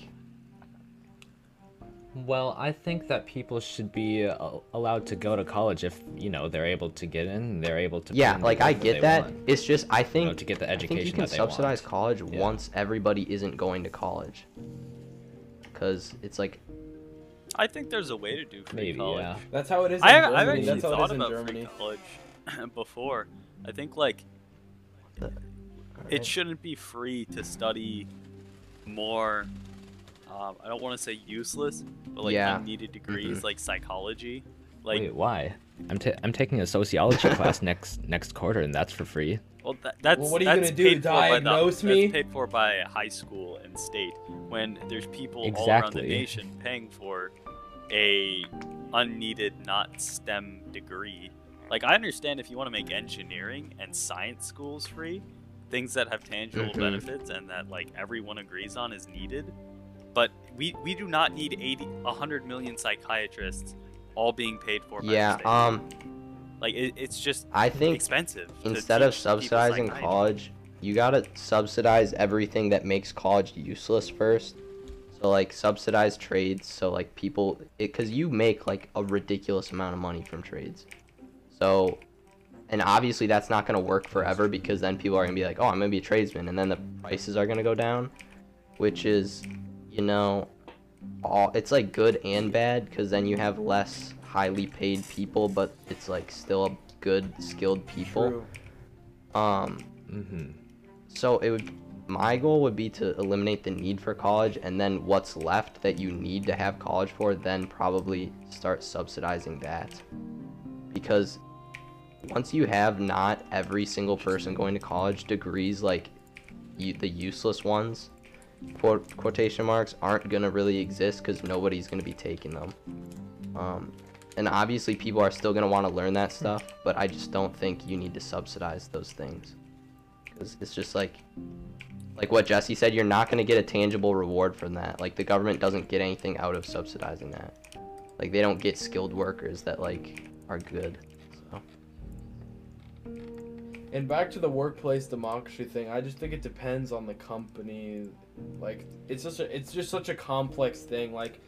Speaker 3: Well, I think that people should be uh, allowed to go to college if you know they're able to get in. They're able to. put
Speaker 4: Yeah,
Speaker 3: in the
Speaker 4: like
Speaker 3: work
Speaker 4: I
Speaker 3: that
Speaker 4: get
Speaker 3: they
Speaker 4: that.
Speaker 3: want.
Speaker 4: It's just I think
Speaker 3: to get the
Speaker 4: I think you
Speaker 3: education
Speaker 4: can
Speaker 3: that they
Speaker 4: subsidize
Speaker 3: want.
Speaker 4: college
Speaker 3: Yeah.
Speaker 4: once everybody isn't going to college. Cause it's like
Speaker 2: I think there's a way to do free
Speaker 3: Maybe
Speaker 2: college.
Speaker 3: yeah.
Speaker 1: That's how it is in
Speaker 2: I,
Speaker 1: Germany.
Speaker 2: I've actually
Speaker 1: That's how it
Speaker 2: thought
Speaker 1: is in
Speaker 2: about free
Speaker 1: Germany.
Speaker 2: college before. I think like
Speaker 4: Oh.
Speaker 2: it shouldn't be free to study more. Um, I don't want to say useless, but like
Speaker 4: Yeah.
Speaker 2: unneeded degrees
Speaker 3: Mm-hmm.
Speaker 2: like psychology. Like,
Speaker 3: Wait, why? I'm ta- I'm taking a sociology class next next quarter, and that's for free.
Speaker 2: well, that, that's
Speaker 1: what are you
Speaker 2: that's
Speaker 1: gonna do,
Speaker 2: paid for by the-
Speaker 1: diagnose
Speaker 2: that's
Speaker 1: me?
Speaker 2: paid for by high school and state. When there's people all around the
Speaker 3: Exactly.
Speaker 2: nation paying for a unneeded, not STEM degree. Like, I understand if you want to make engineering and science schools free, things that have tangible
Speaker 4: Mhm.
Speaker 2: benefits and that like everyone agrees on is needed. But we we do not need 80, 100 million psychiatrists all being paid for by
Speaker 4: yeah,
Speaker 2: the state.
Speaker 4: um
Speaker 2: like it, it's just
Speaker 4: I think
Speaker 2: expensive. to
Speaker 4: instead of
Speaker 2: teach people
Speaker 4: subsidizing
Speaker 2: psychiatry.
Speaker 4: college, you gotta subsidize everything that makes college useless first. So like subsidize trades, so like people, it, cause you make like a ridiculous amount of money from trades. So, and obviously that's not gonna work forever because then people are gonna be like, oh, I'm gonna be a tradesman, and then the prices are gonna go down, which is, you know, all it's like good and bad because then you have less highly paid people, but it's like still a good skilled people.
Speaker 1: True.
Speaker 4: Um,
Speaker 3: Mm-hmm.
Speaker 4: so it would my goal would be to eliminate the need for college and then what's left that you need to have college for then probably start subsidizing that because once you have not every single person going to college degrees like you, the useless ones quote quotation marks aren't going to really exist because nobody's going to be taking them um, and obviously people are still going to want to learn that stuff but i just don't think you need to subsidize those things because it's just like like what jesse said you're not going to get a tangible reward from that like the government doesn't get anything out of subsidizing that like they don't get skilled workers that like are good so
Speaker 1: And back to the workplace democracy thing, I just think it depends on the company. Like it's just a, it's just such a complex thing. Like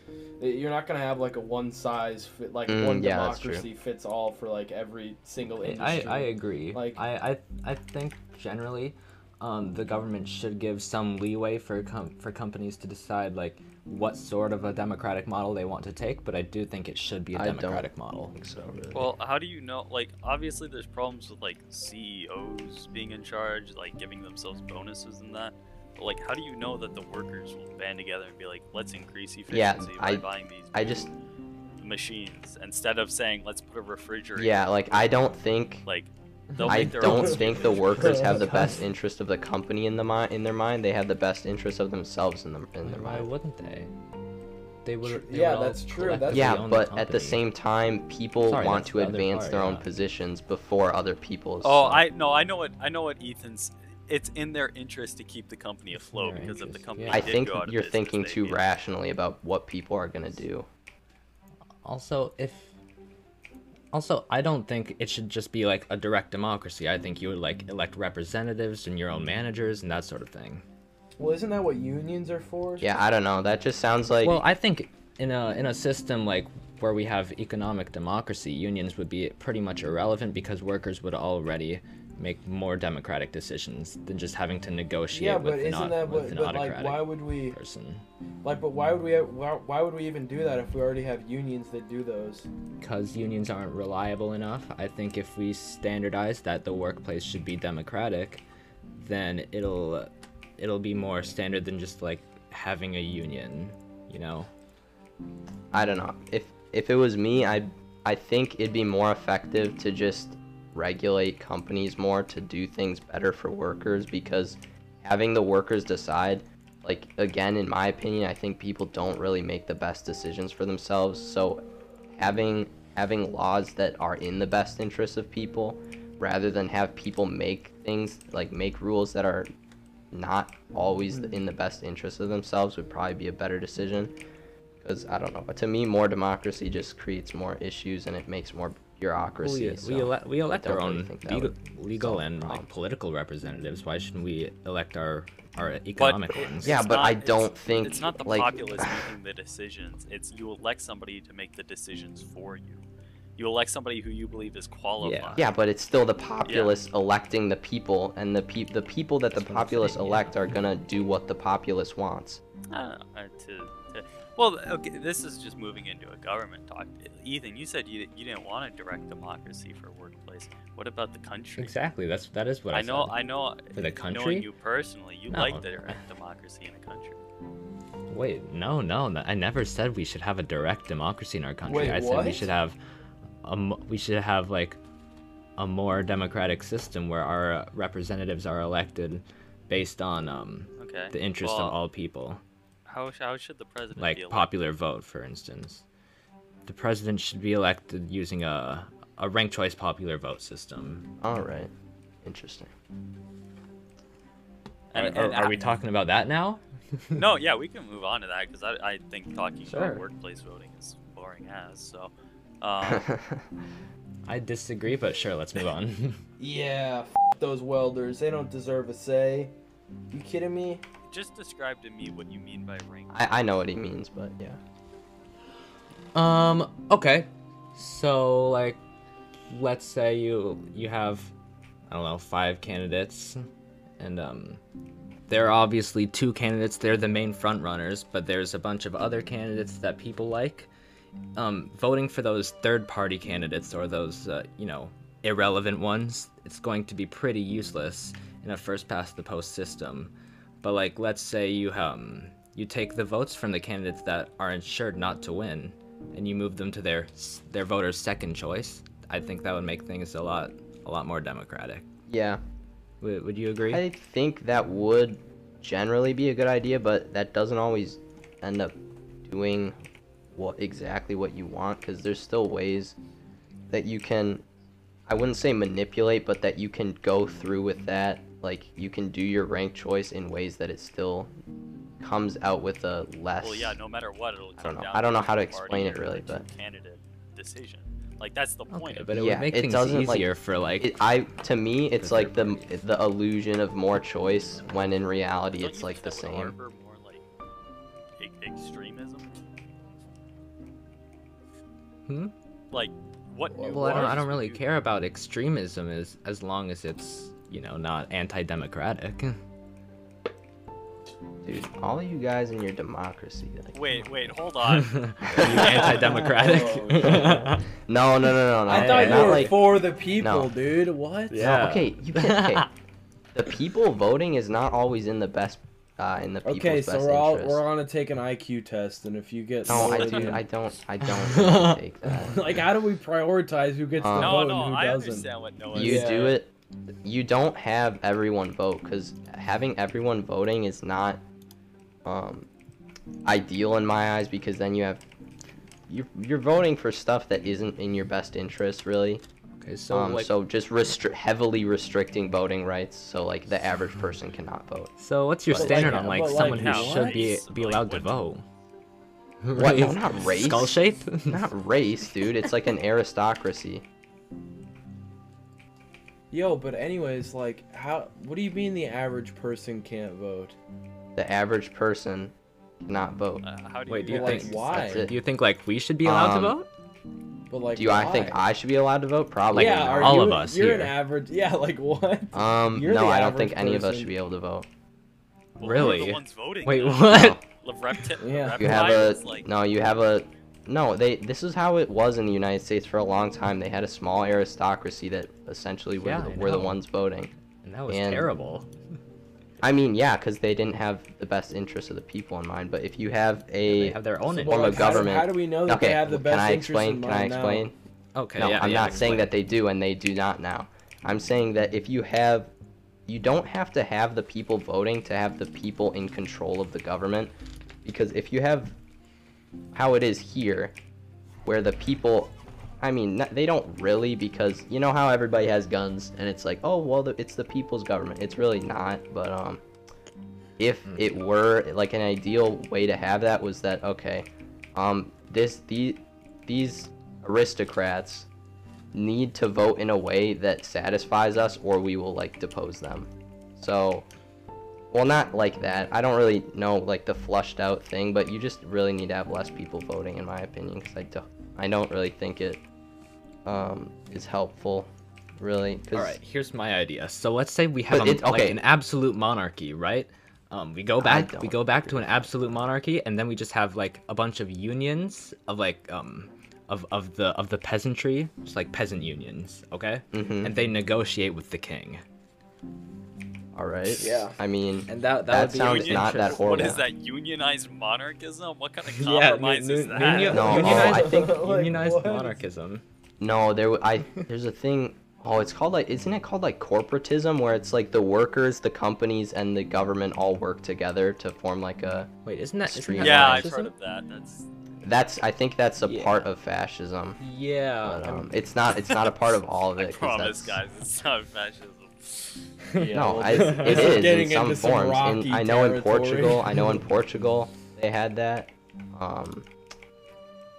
Speaker 1: you're not gonna have like a one size fit like
Speaker 4: Mm,
Speaker 1: one
Speaker 4: yeah, that's true.
Speaker 1: democracy fits all for like every single
Speaker 3: I,
Speaker 1: industry.
Speaker 3: I agree.
Speaker 1: Like-
Speaker 3: I, I I think generally, um, the government should give some leeway for com- for companies to decide like what sort of a democratic model they want to take. But I do think it should be a
Speaker 4: I don't
Speaker 3: democratic model.
Speaker 4: think so
Speaker 2: Well, how do you know? Like, obviously, there's problems with like CEOs being in charge, like giving themselves bonuses and that. But like, how do you know that the workers will band together and be like, let's increase efficiency
Speaker 4: Yeah,
Speaker 2: by
Speaker 4: I-
Speaker 2: buying these
Speaker 4: i just
Speaker 2: machines instead of saying let's put a refrigerator?
Speaker 4: yeah like i don't think
Speaker 2: Like, They'll
Speaker 4: I
Speaker 2: make their
Speaker 4: don't
Speaker 2: own
Speaker 4: think the workers have the
Speaker 3: God.
Speaker 4: best interest of the company in the mind in their mind. They have the best interest of themselves in them in their
Speaker 3: Why
Speaker 4: mind.
Speaker 3: wouldn't they? They would. they
Speaker 1: yeah,
Speaker 3: would all
Speaker 1: that's true, that's-
Speaker 3: collectively
Speaker 4: Yeah,
Speaker 3: own
Speaker 4: but at the
Speaker 3: company.
Speaker 4: same time, people
Speaker 3: Sorry,
Speaker 4: want
Speaker 3: that's
Speaker 4: to
Speaker 3: the other
Speaker 4: advance
Speaker 3: part,
Speaker 4: their own
Speaker 3: yeah.
Speaker 4: positions before other people's.
Speaker 2: Oh,
Speaker 4: so-
Speaker 2: I no, I know what I know what Ethan's. It's in their interest to keep the company
Speaker 3: It's in
Speaker 2: afloat
Speaker 3: their
Speaker 2: because if the
Speaker 3: interest,
Speaker 2: company
Speaker 3: yeah.
Speaker 4: I
Speaker 2: did
Speaker 4: think
Speaker 2: go out of
Speaker 4: you're
Speaker 2: business,
Speaker 4: thinking
Speaker 2: they'd
Speaker 4: too
Speaker 2: be-
Speaker 4: rationally about what people are gonna do.
Speaker 3: Also, if also I don't think it should just be like a direct democracy. I think you would like elect representatives and your own managers and that sort of thing.
Speaker 1: Well, isn't that what unions are for?
Speaker 4: Yeah, I don't know. That just sounds like
Speaker 3: Well, I think in a in a system like where we have economic democracy, unions would be pretty much irrelevant because workers would already make more democratic decisions than just having to negotiate
Speaker 1: Yeah,
Speaker 3: with,
Speaker 1: but
Speaker 3: an,
Speaker 1: isn't
Speaker 3: au-
Speaker 1: that
Speaker 3: with
Speaker 1: what?
Speaker 3: an
Speaker 1: But like,
Speaker 3: autocratic
Speaker 1: why would we?
Speaker 3: person.
Speaker 1: Like, but why would we? Why, why would we even do that if we already have unions that do those?
Speaker 3: because unions aren't reliable enough, I think if we standardize that the workplace should be democratic, then it'll it'll be more standard than just like having a union, you know.
Speaker 4: I don't know. If if it was me, I I think it'd be more effective to just regulate companies more to do things better for workers because having the workers decide like again in my opinion, I think people don't really make the best decisions for themselves. So having having laws that are in the best interest of people rather than have people make things like make rules that are not always in the best interest of themselves would probably be a better decision because I don't know. But to me, more democracy just creates more issues and it makes more bureaucracy.
Speaker 3: Oh, we,
Speaker 4: so
Speaker 3: we, ele- we elect
Speaker 4: don't
Speaker 3: our
Speaker 4: really
Speaker 3: own
Speaker 4: think that
Speaker 3: legal,
Speaker 4: would solve
Speaker 3: legal
Speaker 4: the
Speaker 3: and like,
Speaker 4: problem.
Speaker 3: political representatives. Why shouldn't we elect our our economic ones?
Speaker 4: Yeah,
Speaker 2: it's
Speaker 4: but I
Speaker 2: it's-
Speaker 4: don't think,
Speaker 2: it's not the
Speaker 4: like-
Speaker 2: populace making the decisions. It's you elect somebody to make the decisions for you. You elect somebody who you believe is qualified.
Speaker 4: yeah, but it's still the populace electing the people, and the peop the people that
Speaker 3: That's
Speaker 4: the
Speaker 3: what I'm
Speaker 4: populace
Speaker 3: saying, yeah.
Speaker 4: elect are gonna do what the populace wants.
Speaker 2: I don't know, uh, to, to, well, okay, this is just moving into a government talk. Ethan, you said you, you didn't want a direct democracy for workplace. What about the country?
Speaker 3: exactly. That's that is what I,
Speaker 2: I know,
Speaker 3: said.
Speaker 2: I know.
Speaker 3: For the country?
Speaker 2: Knowing you personally, you
Speaker 3: No.
Speaker 2: like the direct democracy in a country.
Speaker 3: Wait, no, no, no, I never said we should have a direct democracy in our country.
Speaker 1: Wait,
Speaker 3: I said we
Speaker 1: what?
Speaker 3: should have, a, m- we should have like, a more democratic system where our uh, representatives are elected, based on um
Speaker 2: Okay.
Speaker 3: the interest
Speaker 2: well,
Speaker 3: of all people,
Speaker 2: How, sh- how should the president
Speaker 3: like
Speaker 2: be elected?
Speaker 3: popular vote, for instance. The president should be elected using a a ranked choice popular vote system.
Speaker 4: All right, interesting.
Speaker 3: Are,
Speaker 2: And-
Speaker 3: are-
Speaker 2: and
Speaker 3: are
Speaker 2: I-
Speaker 3: we talking about that now?
Speaker 2: No, yeah, we can move on to that because I, I think talking
Speaker 1: Sure.
Speaker 2: about workplace voting is boring as. So, um,
Speaker 3: I disagree, but sure, let's move on.
Speaker 1: Yeah, f- those welders. They don't deserve a say. You kidding me?
Speaker 2: just describe to me what you mean by ring.
Speaker 4: I, I know what he means, but yeah.
Speaker 3: Um. Okay. So like, let's say you you have, I don't know, five candidates, and um, there are obviously two candidates. They're the main front runners, but there's a bunch of other candidates that people like. Um, voting for those third party candidates or those uh, you know irrelevant ones, it's going to be pretty useless in a first past the post system. But like, let's say you um you take the votes from the candidates that are insured not to win, and you move them to their their voters' second choice. I think that would make things a lot a lot more democratic.
Speaker 4: Yeah,
Speaker 3: Would, would you agree?
Speaker 4: I think that would generally be a good idea, but that doesn't always end up doing what exactly what you want because there's still ways that you can I wouldn't say manipulate, but that you can go through with that. Like you can do your rank choice in ways that it still comes out with a less
Speaker 2: Well, yeah, no matter what, it'll come
Speaker 4: know.
Speaker 2: down.
Speaker 4: I don't
Speaker 2: to
Speaker 4: know how to
Speaker 2: the party
Speaker 4: explain it
Speaker 2: or
Speaker 4: really,
Speaker 2: the
Speaker 4: but-
Speaker 2: candidate decision. Like that's the point.
Speaker 3: okay,
Speaker 2: of
Speaker 3: but it
Speaker 4: Yeah,
Speaker 3: would make
Speaker 4: it
Speaker 3: things
Speaker 4: doesn't, like-
Speaker 3: easier for like.
Speaker 4: it, I to me it's
Speaker 3: The
Speaker 4: like
Speaker 3: third
Speaker 4: the the illusion of more choice when in reality
Speaker 2: Don't
Speaker 4: it's
Speaker 2: you
Speaker 4: like
Speaker 2: think
Speaker 4: the
Speaker 2: that would
Speaker 4: same.
Speaker 2: harbor more like e- extremism.
Speaker 3: Hmm?
Speaker 2: Like what? new
Speaker 3: Well, I don't, I
Speaker 2: laws
Speaker 3: don't
Speaker 2: would
Speaker 3: really
Speaker 2: you-
Speaker 3: care about extremism as as long as it's you know not anti-democratic.
Speaker 4: Dude, all of you guys in your democracy like
Speaker 2: Wait, wait, hold on.
Speaker 3: Are you anti-democratic?
Speaker 1: Oh,
Speaker 4: No, no, no, no, no.
Speaker 1: I thought
Speaker 4: not
Speaker 1: you were
Speaker 4: like,
Speaker 1: for the people,
Speaker 4: No.
Speaker 1: dude. What?
Speaker 3: Yeah.
Speaker 4: Okay, you can't. Okay. the people voting is not always in the best uh, in the people's
Speaker 1: Okay,
Speaker 4: best
Speaker 1: so we're all
Speaker 4: interest.
Speaker 1: we're gonna take an IQ test, and if you get
Speaker 4: No, I,
Speaker 1: lower
Speaker 4: do,
Speaker 1: than-
Speaker 4: I don't. I don't really take that.
Speaker 1: like, how do we prioritize who gets
Speaker 4: Um,
Speaker 1: the
Speaker 2: No,
Speaker 1: vote
Speaker 2: no,
Speaker 1: and who
Speaker 2: I
Speaker 1: doesn't?
Speaker 2: understand what Noah
Speaker 4: You
Speaker 2: is
Speaker 3: Yeah.
Speaker 4: do it. You don't have everyone vote because having everyone voting is not um, ideal in my eyes because then you have you you're voting for stuff that isn't in your best interest really.
Speaker 3: Okay, so
Speaker 4: So um,
Speaker 3: like, so,
Speaker 4: so just restri- heavily restricting voting rights so like the average person cannot vote.
Speaker 3: what's your
Speaker 1: But like-
Speaker 3: standard on like
Speaker 1: but like
Speaker 3: someone who
Speaker 1: how?
Speaker 3: should be be
Speaker 2: Like
Speaker 3: allowed to
Speaker 2: what?
Speaker 3: vote?
Speaker 4: What? No, not race.
Speaker 3: Skull shape?
Speaker 4: Not race, dude. It's like an aristocracy.
Speaker 1: Yo, but anyways, like, how? What do you mean the average person can't vote?
Speaker 4: The average person cannot vote.
Speaker 2: Uh, how do
Speaker 3: Wait, do
Speaker 2: you
Speaker 3: you
Speaker 1: Well, like,
Speaker 3: think?
Speaker 1: why?
Speaker 4: That's it.
Speaker 3: Do you think like we should be allowed
Speaker 4: Um,
Speaker 3: to vote?
Speaker 1: But like,
Speaker 4: Do you, I think
Speaker 1: why?
Speaker 4: I should be allowed to vote? Probably.
Speaker 1: yeah,
Speaker 4: not.
Speaker 1: are
Speaker 3: all
Speaker 1: you,
Speaker 3: of us
Speaker 1: You're an
Speaker 3: here.
Speaker 1: average. Yeah, like what?
Speaker 4: Um,
Speaker 1: You're
Speaker 4: no,
Speaker 1: the
Speaker 4: I don't think
Speaker 1: average
Speaker 4: any of us
Speaker 1: person.
Speaker 4: should be able to vote.
Speaker 2: Well, who are
Speaker 3: Really?
Speaker 2: The ones voting.
Speaker 3: Wait,
Speaker 2: then?
Speaker 3: what?
Speaker 2: The repti- the
Speaker 1: Yeah.
Speaker 4: You have a
Speaker 2: reptilians, like,
Speaker 4: no. You have a no. They this is how it was in the United States for a long time. They had a small aristocracy that essentially were,
Speaker 3: Yeah,
Speaker 4: the,
Speaker 3: I
Speaker 4: were the
Speaker 3: know.
Speaker 4: ones voting.
Speaker 3: And that was
Speaker 4: And-
Speaker 3: terrible.
Speaker 4: I mean, yeah, because they didn't have the best interests of the people in mind. But if you have
Speaker 3: They
Speaker 4: a
Speaker 3: have their own.
Speaker 1: So,
Speaker 4: form
Speaker 1: like,
Speaker 4: of
Speaker 1: how do-
Speaker 4: government-
Speaker 1: How do we know that
Speaker 4: okay,
Speaker 1: they have the best
Speaker 4: can I
Speaker 1: interest
Speaker 4: explain?
Speaker 1: in
Speaker 4: Can
Speaker 1: mind
Speaker 4: I
Speaker 1: now?
Speaker 4: explain?
Speaker 3: Okay.
Speaker 4: No,
Speaker 3: yeah,
Speaker 4: I'm
Speaker 3: yeah,
Speaker 4: not saying
Speaker 3: explain.
Speaker 4: that they do and they do not now. I'm saying that if you have, you don't have to have the people voting to have the people in control of the government, because if you have, how it is here, where the people, I mean, not, they don't really because you know how everybody has guns and it's like, oh well, the, it's the people's government. It's really not, but um, if
Speaker 3: Hmm.
Speaker 4: it were like an ideal way to have that was that okay, um, this the these aristocrats need to vote in a way that satisfies us or we will like depose them so well not like that i don't really know like the flushed out thing but you just really need to have less people voting in my opinion because i don't i don't really think it um is helpful really because
Speaker 3: All right, here's my idea. So let's say we have
Speaker 4: But
Speaker 3: a,
Speaker 4: it's-
Speaker 3: like
Speaker 4: okay.
Speaker 3: an absolute monarchy, right? Um, we go
Speaker 4: I
Speaker 3: back, we
Speaker 4: don't
Speaker 3: go back to an absolute monarchy, and then we just have like a bunch of unions of like um, of of the of the peasantry, just like peasant unions, okay?
Speaker 4: Mhm.
Speaker 3: And they negotiate with the king.
Speaker 4: all right
Speaker 1: Yeah.
Speaker 4: i mean
Speaker 3: And that that,
Speaker 4: That
Speaker 3: would be
Speaker 4: sounds
Speaker 3: in
Speaker 4: not that
Speaker 3: interest.
Speaker 2: what
Speaker 4: horrible.
Speaker 2: is that? Unionized monarchism? What kind of
Speaker 3: Yeah, nu-
Speaker 2: compromise is
Speaker 3: nu-
Speaker 2: that?
Speaker 3: nunio-
Speaker 4: No, oh,
Speaker 3: unionized,
Speaker 4: I think-
Speaker 1: Like,
Speaker 3: unionized
Speaker 1: what?
Speaker 3: monarchism.
Speaker 4: No, there. w- I there's a thing. Oh, it's called like isn't it called like corporatism where it's like the workers, the companies, and the government all work together to form like a.
Speaker 3: Wait, isn't that? Isn't that
Speaker 2: Yeah, I've
Speaker 3: fascism?
Speaker 2: heard of that. That's
Speaker 4: That's I think that's a
Speaker 3: Yeah.
Speaker 4: part of fascism.
Speaker 3: Yeah.
Speaker 4: But,
Speaker 3: I mean,
Speaker 4: um, it's not. It's not a part of all of it.
Speaker 2: Uh, I
Speaker 4: 'cause
Speaker 2: promise,
Speaker 4: that's-
Speaker 2: guys, it's not fascism.
Speaker 1: Yeah,
Speaker 4: no,
Speaker 1: well,
Speaker 4: I,
Speaker 1: this-
Speaker 4: it
Speaker 1: this
Speaker 4: is in
Speaker 1: getting
Speaker 4: some
Speaker 1: into
Speaker 4: forms.
Speaker 1: rocky
Speaker 4: in, I know in
Speaker 1: territory.
Speaker 4: Portugal. I know in Portugal they had that. Um,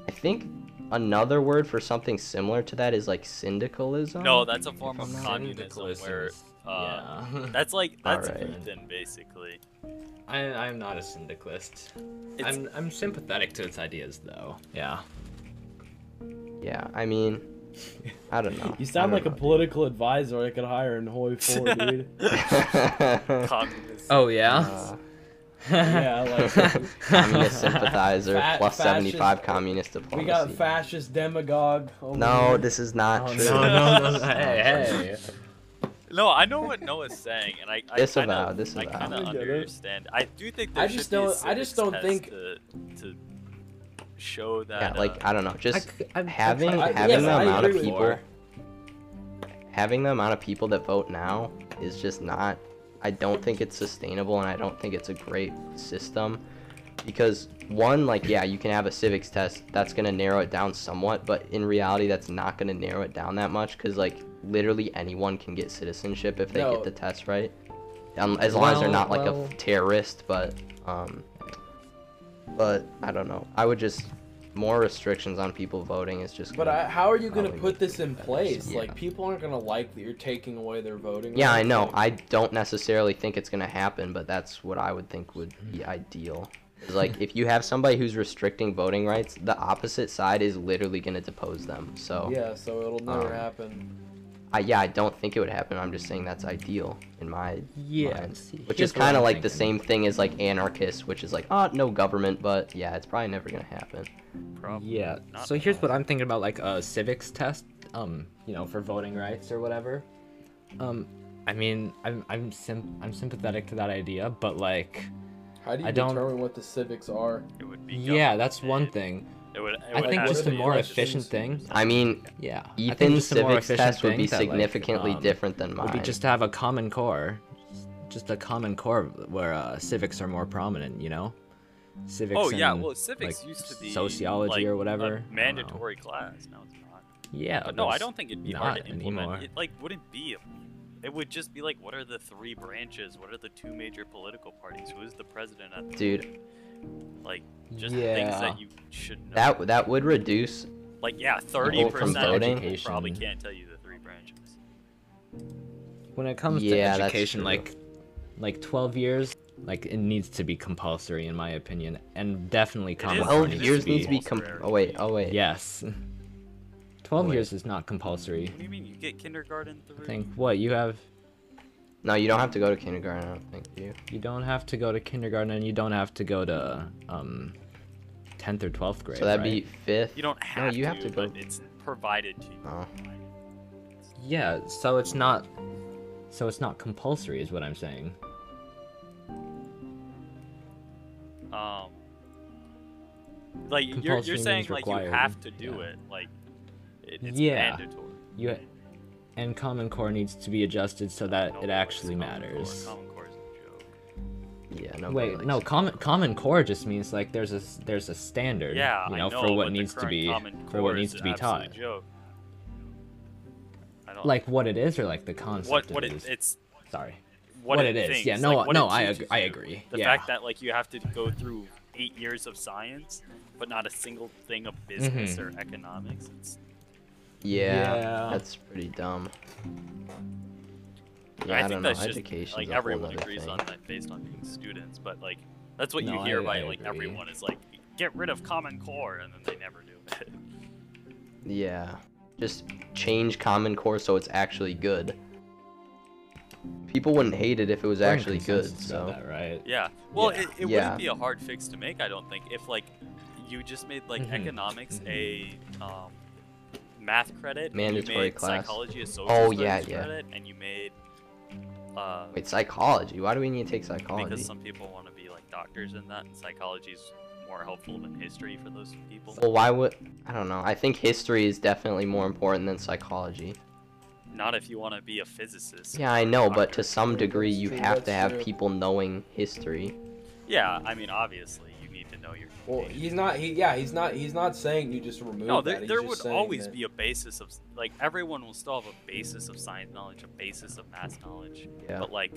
Speaker 4: I think another word for something similar to that is like syndicalism.
Speaker 2: No, that's a form of
Speaker 4: I'm not-
Speaker 2: communism where uh,
Speaker 3: yeah.
Speaker 2: that's like that's
Speaker 4: Alright.
Speaker 2: heathen basically.
Speaker 3: I, I'm not a syndicalist.
Speaker 2: It's-
Speaker 3: I'm I'm sympathetic to its ideas though. Yeah.
Speaker 4: Yeah, I mean, I don't know.
Speaker 1: You
Speaker 4: I
Speaker 1: sound
Speaker 4: don't
Speaker 1: like a
Speaker 4: know.
Speaker 1: political advisor I could hire in Hoi for, dude.
Speaker 2: Communism.
Speaker 3: Oh yeah.
Speaker 4: Uh,
Speaker 1: yeah, like
Speaker 4: communist sympathizer
Speaker 1: Fa-
Speaker 4: plus
Speaker 1: fascist-
Speaker 4: 75 communist diplomacy.
Speaker 1: we got fascist demagogue. Oh over
Speaker 4: no,
Speaker 1: here.
Speaker 4: this is not
Speaker 3: Oh,
Speaker 4: true.
Speaker 3: no, no, no, hey, hey.
Speaker 2: No, I know what Noah's saying, and I, I
Speaker 4: Disavow,
Speaker 2: kinda,
Speaker 4: disavow.
Speaker 2: I kind of
Speaker 1: I get it.
Speaker 2: understand. I do think there
Speaker 1: I just
Speaker 2: should be a
Speaker 1: don't- I just
Speaker 2: civics
Speaker 1: don't
Speaker 2: test
Speaker 1: think-
Speaker 2: to, to show
Speaker 4: Yeah,
Speaker 2: that.
Speaker 4: like
Speaker 2: uh,
Speaker 4: I don't know,
Speaker 3: I
Speaker 4: just
Speaker 3: c- I'm-
Speaker 4: having
Speaker 1: I-
Speaker 4: having
Speaker 1: yes,
Speaker 4: the
Speaker 1: I
Speaker 4: amount of
Speaker 1: agree with
Speaker 4: people
Speaker 1: you.
Speaker 4: having the amount of people that vote now is just not I don't think it's sustainable and I don't think it's a great system because one like yeah, you can have a civics test that's going to narrow it down somewhat, but in reality that's not going to narrow it down that much cuz like literally anyone can get citizenship if they
Speaker 1: No.
Speaker 4: get the test right. Um, as long as they're
Speaker 3: Well,
Speaker 4: not like a
Speaker 3: well-
Speaker 4: f- terrorist, but um but I don't know. I would just more restrictions on people voting is just
Speaker 1: But
Speaker 4: gonna-
Speaker 1: I, how are you gonna
Speaker 4: Probably
Speaker 1: put
Speaker 4: make
Speaker 1: this
Speaker 4: it
Speaker 1: in
Speaker 4: better.
Speaker 1: place?
Speaker 4: Yeah.
Speaker 1: Like people aren't gonna like that you're taking away their voting.
Speaker 4: Yeah, I
Speaker 1: rights.
Speaker 4: know.
Speaker 1: Like,
Speaker 4: I don't necessarily think it's gonna happen, but that's what I would think would be ideal. Is like if you have somebody who's restricting voting rights, the opposite side is literally gonna depose them. So yeah,
Speaker 1: Yeah, so it'll never
Speaker 4: Um,
Speaker 1: happen.
Speaker 4: I, yeah, I don't think it would happen. I'm just saying that's ideal in my
Speaker 3: Yeah,
Speaker 4: mind.
Speaker 3: see,
Speaker 4: which
Speaker 3: here's
Speaker 4: is
Speaker 3: what
Speaker 4: kind of
Speaker 3: I'm
Speaker 4: like the
Speaker 3: thinking.
Speaker 4: same thing as like anarchists, which is like oh no government, but yeah, it's probably never gonna happen.
Speaker 2: prob-
Speaker 3: Yeah.
Speaker 2: not
Speaker 3: So here's what I'm thinking about, like a civics test, um, you know, for voting rights or whatever. Um, I mean, I'm I'm sim- I'm sympathetic to that idea, but like,
Speaker 1: How do you
Speaker 3: I don't-
Speaker 1: determine what the civics are?
Speaker 2: It would be
Speaker 3: Yeah,
Speaker 2: government
Speaker 3: that's one
Speaker 2: made.
Speaker 3: thing.
Speaker 2: It would, it
Speaker 3: I
Speaker 2: would
Speaker 3: think
Speaker 1: what
Speaker 2: have
Speaker 3: just
Speaker 2: to
Speaker 1: are
Speaker 3: a
Speaker 2: be
Speaker 1: the
Speaker 3: more
Speaker 2: elections.
Speaker 3: efficient thing.
Speaker 4: I mean,
Speaker 3: Yeah. I think
Speaker 4: Ethan's
Speaker 3: just a more
Speaker 4: civics
Speaker 3: efficient
Speaker 4: test would be
Speaker 3: thing that, like,
Speaker 4: significantly
Speaker 3: um,
Speaker 4: different than mine.
Speaker 3: would be just to have a common core, just a common core where uh, civics are more prominent. You know, civics.
Speaker 2: Oh yeah,
Speaker 3: and,
Speaker 2: well civics
Speaker 3: like,
Speaker 2: used to be
Speaker 3: sociology
Speaker 2: like,
Speaker 3: or
Speaker 2: a
Speaker 3: whatever. I don't know.
Speaker 2: mandatory class. No, it's not.
Speaker 3: Yeah.
Speaker 2: But no, I
Speaker 3: that's-
Speaker 2: don't think it'd be hard
Speaker 3: not
Speaker 2: to implement.
Speaker 3: anymore.
Speaker 2: It like wouldn't be. It would just be like, what are the three branches? What are the two major political parties? Who is the president at the
Speaker 4: dude.
Speaker 2: like? Just things
Speaker 3: Yeah.
Speaker 2: that you should know.
Speaker 4: That that would reduce.
Speaker 2: like yeah, thirty
Speaker 4: from
Speaker 2: percent of
Speaker 4: voting?
Speaker 2: people probably
Speaker 3: Education.
Speaker 2: can't tell you the three branches.
Speaker 3: when it comes
Speaker 4: Yeah,
Speaker 3: to
Speaker 4: that's
Speaker 3: education
Speaker 4: true.
Speaker 3: like like 12 years like it needs to be compulsory in my opinion and definitely common
Speaker 2: is-
Speaker 3: core
Speaker 4: Twelve
Speaker 2: it
Speaker 4: years needs to be.
Speaker 2: almost
Speaker 4: Comp-
Speaker 2: rare.
Speaker 4: oh wait, oh wait.
Speaker 3: yes 12
Speaker 4: Wait.
Speaker 3: years is not compulsory
Speaker 2: What do you mean? You get kindergarten through?
Speaker 3: i think what you have
Speaker 4: No, you don't have to go to kindergarten. I don't think do you.
Speaker 3: you don't have to go to kindergarten and you don't have to go to um 10th or 12th grade
Speaker 4: So that'd
Speaker 3: right?
Speaker 4: be fifth.
Speaker 2: You don't have.
Speaker 4: No, you have to go.
Speaker 2: But it's provided to you.
Speaker 4: Oh.
Speaker 3: yeah so it's not so it's not compulsory is what i'm saying
Speaker 4: Oh.
Speaker 2: Um, like you're, you're
Speaker 3: Compulsory
Speaker 2: saying
Speaker 3: means
Speaker 2: like you
Speaker 3: required,
Speaker 2: have to do
Speaker 3: yeah.
Speaker 2: it. Like it, it's
Speaker 3: Yeah.
Speaker 2: mandatory.
Speaker 3: you and common core needs to be adjusted so that
Speaker 2: No
Speaker 3: it
Speaker 2: one
Speaker 3: actually
Speaker 2: likes Common Core.
Speaker 3: matters
Speaker 2: Common Core is a joke.
Speaker 4: Yeah. No.
Speaker 3: Wait, no. Common Common Core just means like there's a s- there's a standard,
Speaker 2: Yeah,
Speaker 3: you know,
Speaker 2: I know
Speaker 3: for
Speaker 2: but
Speaker 3: what
Speaker 2: the
Speaker 3: needs to
Speaker 2: current
Speaker 3: be
Speaker 2: Common
Speaker 3: for
Speaker 2: Core
Speaker 3: what
Speaker 2: is
Speaker 3: needs to be
Speaker 2: an absolute
Speaker 3: taught.
Speaker 2: Joke. I don't
Speaker 3: Like what it is or like the concept.
Speaker 2: what what
Speaker 3: it
Speaker 2: it,
Speaker 3: is.
Speaker 2: it's
Speaker 3: Sorry.
Speaker 2: what,
Speaker 3: What it is,
Speaker 2: thinks,
Speaker 3: yeah, no,
Speaker 2: like, what
Speaker 3: no,
Speaker 2: it
Speaker 3: I
Speaker 2: teaches
Speaker 3: ag- I
Speaker 2: you.
Speaker 3: agree,
Speaker 2: The
Speaker 3: yeah.
Speaker 2: fact that like you have to go through eight years of science, but not a single thing of business
Speaker 3: Mm-hmm.
Speaker 2: or economics. It's,
Speaker 4: Yeah,
Speaker 3: Yeah.
Speaker 4: That's pretty dumb. Yeah,
Speaker 2: I,
Speaker 4: I,
Speaker 2: think
Speaker 4: don't know.
Speaker 2: that's
Speaker 4: Education's
Speaker 2: just like
Speaker 4: a whole
Speaker 2: everyone
Speaker 4: nother
Speaker 2: agrees
Speaker 4: thing.
Speaker 2: on that based on being students, but like that's what you
Speaker 3: No,
Speaker 2: hear
Speaker 3: I-
Speaker 2: by
Speaker 3: I
Speaker 2: like
Speaker 3: agree.
Speaker 2: everyone is like get rid of Common Core, and then they never do it.
Speaker 4: Yeah. Just change Common Core so it's actually good. People wouldn't hate it if it was
Speaker 3: We're in
Speaker 4: actually good.
Speaker 3: consensus about
Speaker 4: So
Speaker 3: that, right?
Speaker 2: Yeah. Well,
Speaker 3: Yeah.
Speaker 2: it, it
Speaker 4: Yeah.
Speaker 2: wouldn't be a hard fix to make, I don't think, if like you just made like
Speaker 3: Mhm.
Speaker 2: economics a um, math credit, and you
Speaker 4: Mandatory
Speaker 2: made
Speaker 4: class.
Speaker 2: psychology a social
Speaker 4: Oh,
Speaker 2: studies
Speaker 4: yeah, yeah.
Speaker 2: credit, and you made uh,
Speaker 4: wait, psychology. Why do we need to take psychology?
Speaker 2: because some people want to be like doctors in that, and psychology's more helpful than history for those people.
Speaker 4: Well, why would I don't know. I think history is definitely more important than psychology.
Speaker 2: Not if you want to be a physicist.
Speaker 4: Yeah, I know, but
Speaker 2: Doctor.
Speaker 4: to some degree, you
Speaker 1: True,
Speaker 4: have
Speaker 1: that's
Speaker 4: to have
Speaker 1: true.
Speaker 4: people knowing history.
Speaker 2: Yeah, I mean, obviously, you need to know your.
Speaker 1: Well,
Speaker 2: foundation.
Speaker 1: he's not. He yeah, he's not. He's not saying you just remove.
Speaker 2: No,
Speaker 1: that,
Speaker 2: there,
Speaker 1: he's
Speaker 2: there
Speaker 1: just
Speaker 2: would
Speaker 1: saying
Speaker 2: always
Speaker 1: that-
Speaker 2: be a basis of like everyone will still have a basis of science knowledge, a basis of math knowledge.
Speaker 4: Yeah.
Speaker 2: But like,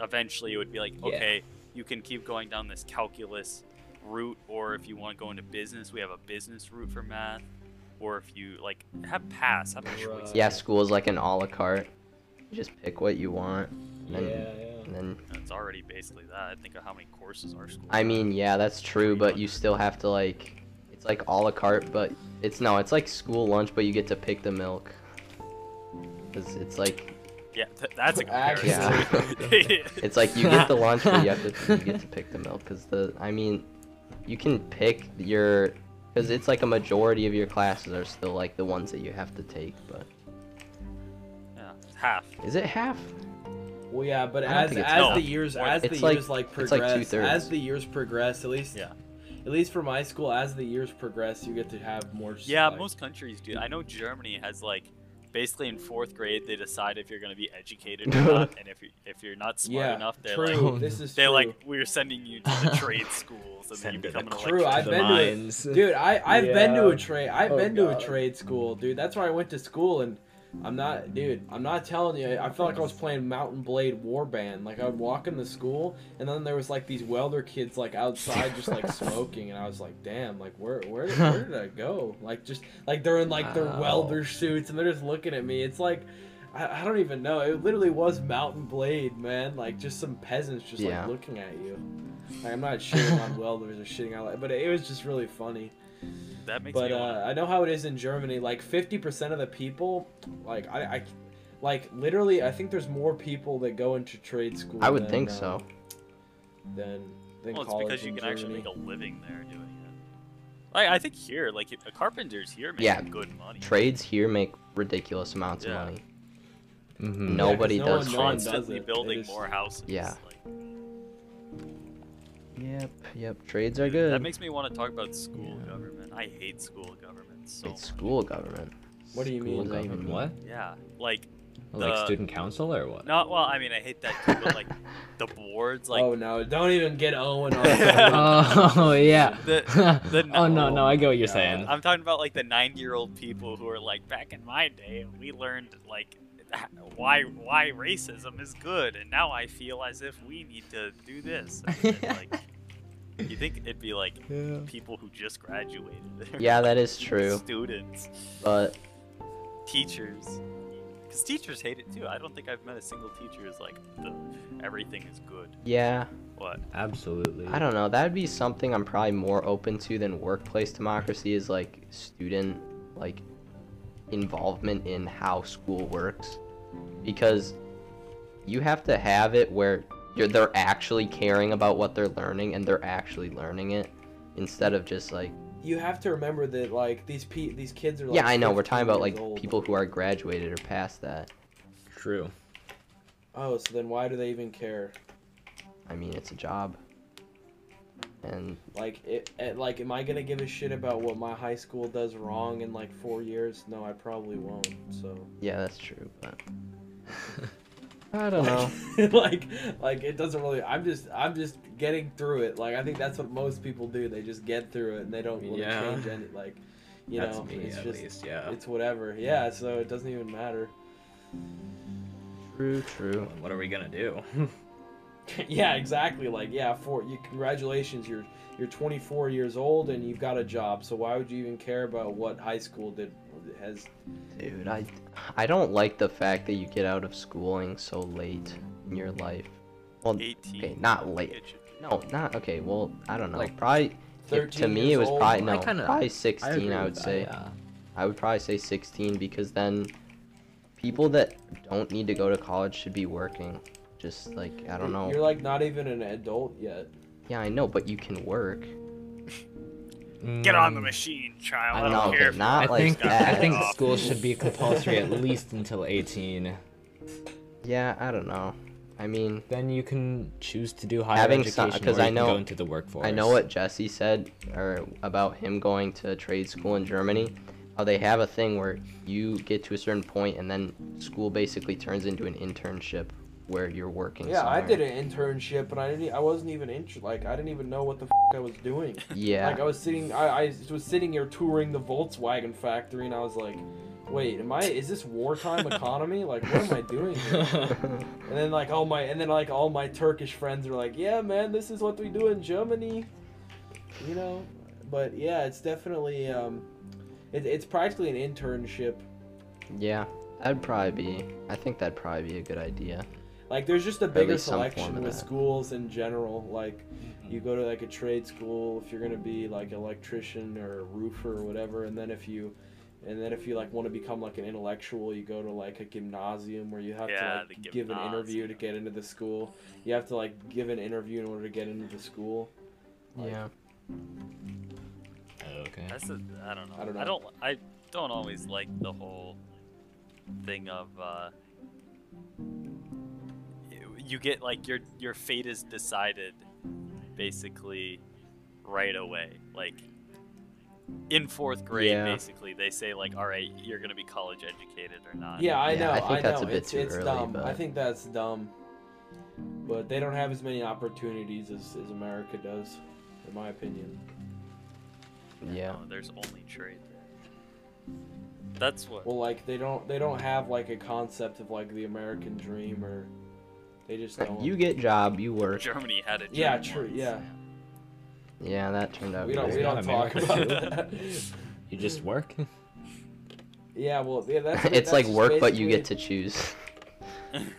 Speaker 2: eventually it would be like,
Speaker 3: Yeah.
Speaker 2: okay, you can keep going down this calculus route, or if you want to go into business, we have a business route for math, or if you like have pass, have a choice.
Speaker 1: Right.
Speaker 4: Yeah, school is like an a la carte. You just pick what you want,
Speaker 3: Yeah,
Speaker 1: Yeah,
Speaker 4: and then
Speaker 2: And It's already basically that. I think of how many courses our school.
Speaker 4: I
Speaker 2: has.
Speaker 4: mean, yeah, that's true, but you still have to like, it's like a la carte, but it's no, it's like school lunch, but you get to pick the milk. 'Cause it's like
Speaker 2: yeah, th- that's a comparison.
Speaker 1: Actually-
Speaker 4: it's like you get the lunch, but you have to you get to pick the milk. Cause the I mean, you can pick your, cause it's like a majority of your classes are still like the ones that you have to take. But
Speaker 2: yeah, half.
Speaker 4: is it half?
Speaker 1: Well, yeah, but
Speaker 4: I don't
Speaker 1: as as
Speaker 4: think it's-
Speaker 2: No.
Speaker 1: the years as the
Speaker 4: It's like-
Speaker 1: years like
Speaker 4: it's like
Speaker 1: progress,
Speaker 4: two-thirds.
Speaker 1: as the years progress, at least
Speaker 2: Yeah.
Speaker 1: at least for my school, as the years progress, you get to have more. just,
Speaker 2: Yeah,
Speaker 1: like-
Speaker 2: most countries do. I know Germany has like basically in fourth grade they decide if you're gonna be educated or not, and if you if you're not smart
Speaker 1: yeah,
Speaker 2: enough, they're
Speaker 1: true.
Speaker 2: like
Speaker 3: like-
Speaker 1: this is
Speaker 2: they're
Speaker 1: true.
Speaker 2: like we're sending you to the trade schools and then you
Speaker 3: Send to
Speaker 2: become an
Speaker 3: the
Speaker 1: True, I've
Speaker 2: electrician.
Speaker 1: been to it. dude. I I've been to
Speaker 3: Yeah.
Speaker 1: a trade. I've
Speaker 3: Oh,
Speaker 1: been to
Speaker 3: God.
Speaker 1: a trade school, dude. That's where I went to school, and I'm not, dude. I'm not telling you. I felt like I was playing Mountain Blade Warband. Like I would walk into school, and then there was like these welder kids like outside just like smoking, and I was like, damn, like where where did, where did I go? Like just like they're in like their
Speaker 3: Wow.
Speaker 1: welder suits, and they're just looking at me. It's like. I, I don't even know. It literally was Mountain Blade, man. Like just some peasants just
Speaker 4: Yeah.
Speaker 1: like looking at you. Like, I'm not shitting on welders or shitting on, but it was just really funny.
Speaker 2: That makes
Speaker 1: But
Speaker 2: me
Speaker 1: uh,
Speaker 2: wanna-
Speaker 1: I know how it is in Germany. Like fifty percent of the people, like I, I, like literally, I think there's more people that go into trade school.
Speaker 4: I would
Speaker 1: than,
Speaker 4: think
Speaker 1: uh,
Speaker 4: so.
Speaker 1: Than than
Speaker 2: well, it's
Speaker 1: college
Speaker 2: because you
Speaker 1: in
Speaker 2: can actually
Speaker 1: Germany.
Speaker 2: make a living there doing it. Like I think here, like if- carpenters here make
Speaker 4: Yeah,
Speaker 2: good money.
Speaker 4: Trades here make ridiculous amounts
Speaker 2: Yeah.
Speaker 4: of money.
Speaker 3: Mhm.
Speaker 4: nobody
Speaker 1: no
Speaker 4: does
Speaker 1: one- no one
Speaker 4: trades.
Speaker 1: does
Speaker 2: constantly
Speaker 1: it. It
Speaker 2: building
Speaker 1: is-
Speaker 2: more houses.
Speaker 4: Yeah.
Speaker 2: like-
Speaker 4: Yep, yep. Trades are
Speaker 2: Dude,
Speaker 4: good.
Speaker 2: That makes me want to talk about school
Speaker 4: Yeah.
Speaker 2: government. I hate school government so
Speaker 4: it's
Speaker 2: much.
Speaker 4: school government.
Speaker 1: What do you mean?
Speaker 4: School government.
Speaker 3: What?
Speaker 2: Yeah, like
Speaker 3: Like
Speaker 2: The-
Speaker 3: student council or what?
Speaker 2: not well. I mean, I hate that too. But like the boards, like
Speaker 1: oh no! Don't even get Owen on.
Speaker 3: oh yeah.
Speaker 2: the, the
Speaker 3: oh no, no, I get what you're
Speaker 1: Yeah.
Speaker 3: saying.
Speaker 2: I'm talking about like the 90 year old people who are like, back in my day, we learned like why why racism is good, and now I feel as if we need to do this. And, then, like, you think it'd be like
Speaker 1: yeah.
Speaker 2: people who just graduated?
Speaker 4: Yeah, that is true.
Speaker 2: Students,
Speaker 4: But
Speaker 2: teachers. Because teachers hate it too. I don't think I've met a single teacher who's like, the, everything is good.
Speaker 4: yeah,
Speaker 2: What?
Speaker 3: Absolutely.
Speaker 4: I don't know. That'd be something I'm probably more open to than workplace democracy is like student like involvement in how school works because you have to have it where you're, they're actually caring about what they're learning and they're actually learning it instead of just like
Speaker 1: You have to remember that like these pe- these kids are. Like,
Speaker 4: yeah i know we're talking
Speaker 1: 15
Speaker 4: about like
Speaker 1: years old.
Speaker 4: people who are graduated or past that
Speaker 3: True.
Speaker 1: Oh, so then why do they even care?
Speaker 4: i mean it's a job and
Speaker 1: Like, it, it, like, am I gonna give a shit about what my high school does wrong in like four years? No, I probably won't. So.
Speaker 4: yeah that's true but i don't know
Speaker 1: like, like it doesn't really. I'm just, I'm just getting through it. Like, I think that's what most people do. They just get through it and they don't really
Speaker 3: Yeah.
Speaker 1: change any. Like, you know, it's just,
Speaker 3: least, yeah.
Speaker 1: it's whatever. Yeah, so it doesn't even matter.
Speaker 4: true true
Speaker 3: What are we gonna do?
Speaker 1: yeah, exactly. Like, yeah, for you, congratulations. You're, you're 24 years old and you've got a job. So why would you even care about what high school did? Has
Speaker 4: dude i i don't like the fact that you get out of schooling so late in your life well
Speaker 2: 18.
Speaker 4: okay not late
Speaker 2: It should be-
Speaker 4: no not okay well i don't know
Speaker 3: Like,
Speaker 4: probably if,
Speaker 1: 13
Speaker 4: to me
Speaker 1: years
Speaker 4: it was
Speaker 1: old?
Speaker 4: probably
Speaker 3: I
Speaker 4: no
Speaker 3: kinda-
Speaker 4: probably 16 i, would say
Speaker 3: Yeah.
Speaker 4: I would probably say 16 because then people that don't need to go to college should be working. Just like, I don't know.
Speaker 1: You're like not even an adult yet.
Speaker 4: Yeah, I know, but you can work.
Speaker 2: Get on the machine, child. Hmm.
Speaker 3: I
Speaker 2: I
Speaker 3: don't
Speaker 2: don't,
Speaker 4: No,
Speaker 2: care.
Speaker 4: okay,
Speaker 2: if
Speaker 4: not
Speaker 3: I
Speaker 4: like
Speaker 3: think I
Speaker 4: that.
Speaker 3: think school should be compulsory at least until 18.
Speaker 4: Yeah, I don't know. I mean,
Speaker 3: Then you can choose to do higher
Speaker 4: Having some-
Speaker 3: education
Speaker 4: because
Speaker 3: or you
Speaker 4: I know-
Speaker 3: can go into the workforce.
Speaker 4: I know what Jesse said or about him going to trade school in Germany. How they have a thing where you get to a certain point and then school basically turns into an internship where you're working.
Speaker 1: Yeah, I
Speaker 4: somewhere.
Speaker 1: did an internship, and I didn't. I wasn't even inter- like I didn't even know what the f- I was doing.
Speaker 4: Yeah.
Speaker 1: Like I was sitting, I, I was sitting here touring the Volkswagen factory, and I was like, "Wait, am I? Is this wartime economy? Like, what am I doing?" Here? And then like all my, and then like all my Turkish friends were like, "Yeah, man, this is what we do in Germany," you know. But yeah, it's definitely, um, it, it's practically an internship.
Speaker 4: yeah. That'd probably be. I think that'd probably be a good idea.
Speaker 1: Like there's just a bigger
Speaker 4: least some form
Speaker 1: selection
Speaker 4: of
Speaker 1: with
Speaker 4: that.
Speaker 1: schools in general. Like you go to like a trade school if you're gonna be like electrician or roofer or whatever, and then if you and then if you like want to become like an intellectual, you go to like a gymnasium where you have
Speaker 2: Yeah,
Speaker 1: to
Speaker 2: the
Speaker 1: like, give an interview to get into the school. You have to like give an interview in order to get into the school. Like,
Speaker 4: Yeah.
Speaker 3: Oh, Okay.
Speaker 2: That's a, I don't know.
Speaker 1: I don't know.
Speaker 2: I don't. I don't always like the whole thing of uh, you- you get like your your fate is decided basically right away. Like in fourth grade,
Speaker 4: Yeah.
Speaker 2: basically they say like, all right, you're gonna be college educated or not.
Speaker 1: Yeah, I
Speaker 4: Yeah,
Speaker 1: know.
Speaker 4: I think that's
Speaker 1: know.
Speaker 4: a bit
Speaker 1: it's,
Speaker 4: too
Speaker 1: it's
Speaker 4: early,
Speaker 1: dumb. I
Speaker 4: but-
Speaker 1: think that's dumb. But they don't have as many opportunities as, as America does, in my opinion.
Speaker 4: Yeah.
Speaker 2: No, there's only trade. That's what.
Speaker 1: Well, like they don't they don't have like a concept of like the American dream or they just don't.
Speaker 4: You get job, you work.
Speaker 2: Germany had a dream
Speaker 1: yeah, true.
Speaker 2: once.
Speaker 1: Yeah,
Speaker 4: Yeah, that turned out.
Speaker 1: we don't we
Speaker 4: great.
Speaker 1: don't
Speaker 3: It's
Speaker 1: talk about
Speaker 3: not
Speaker 2: America.
Speaker 1: that.
Speaker 3: You just work.
Speaker 1: yeah, well, yeah, that's
Speaker 4: it's
Speaker 1: that's
Speaker 4: like
Speaker 1: just
Speaker 4: work, but you get
Speaker 1: basically-
Speaker 4: to choose.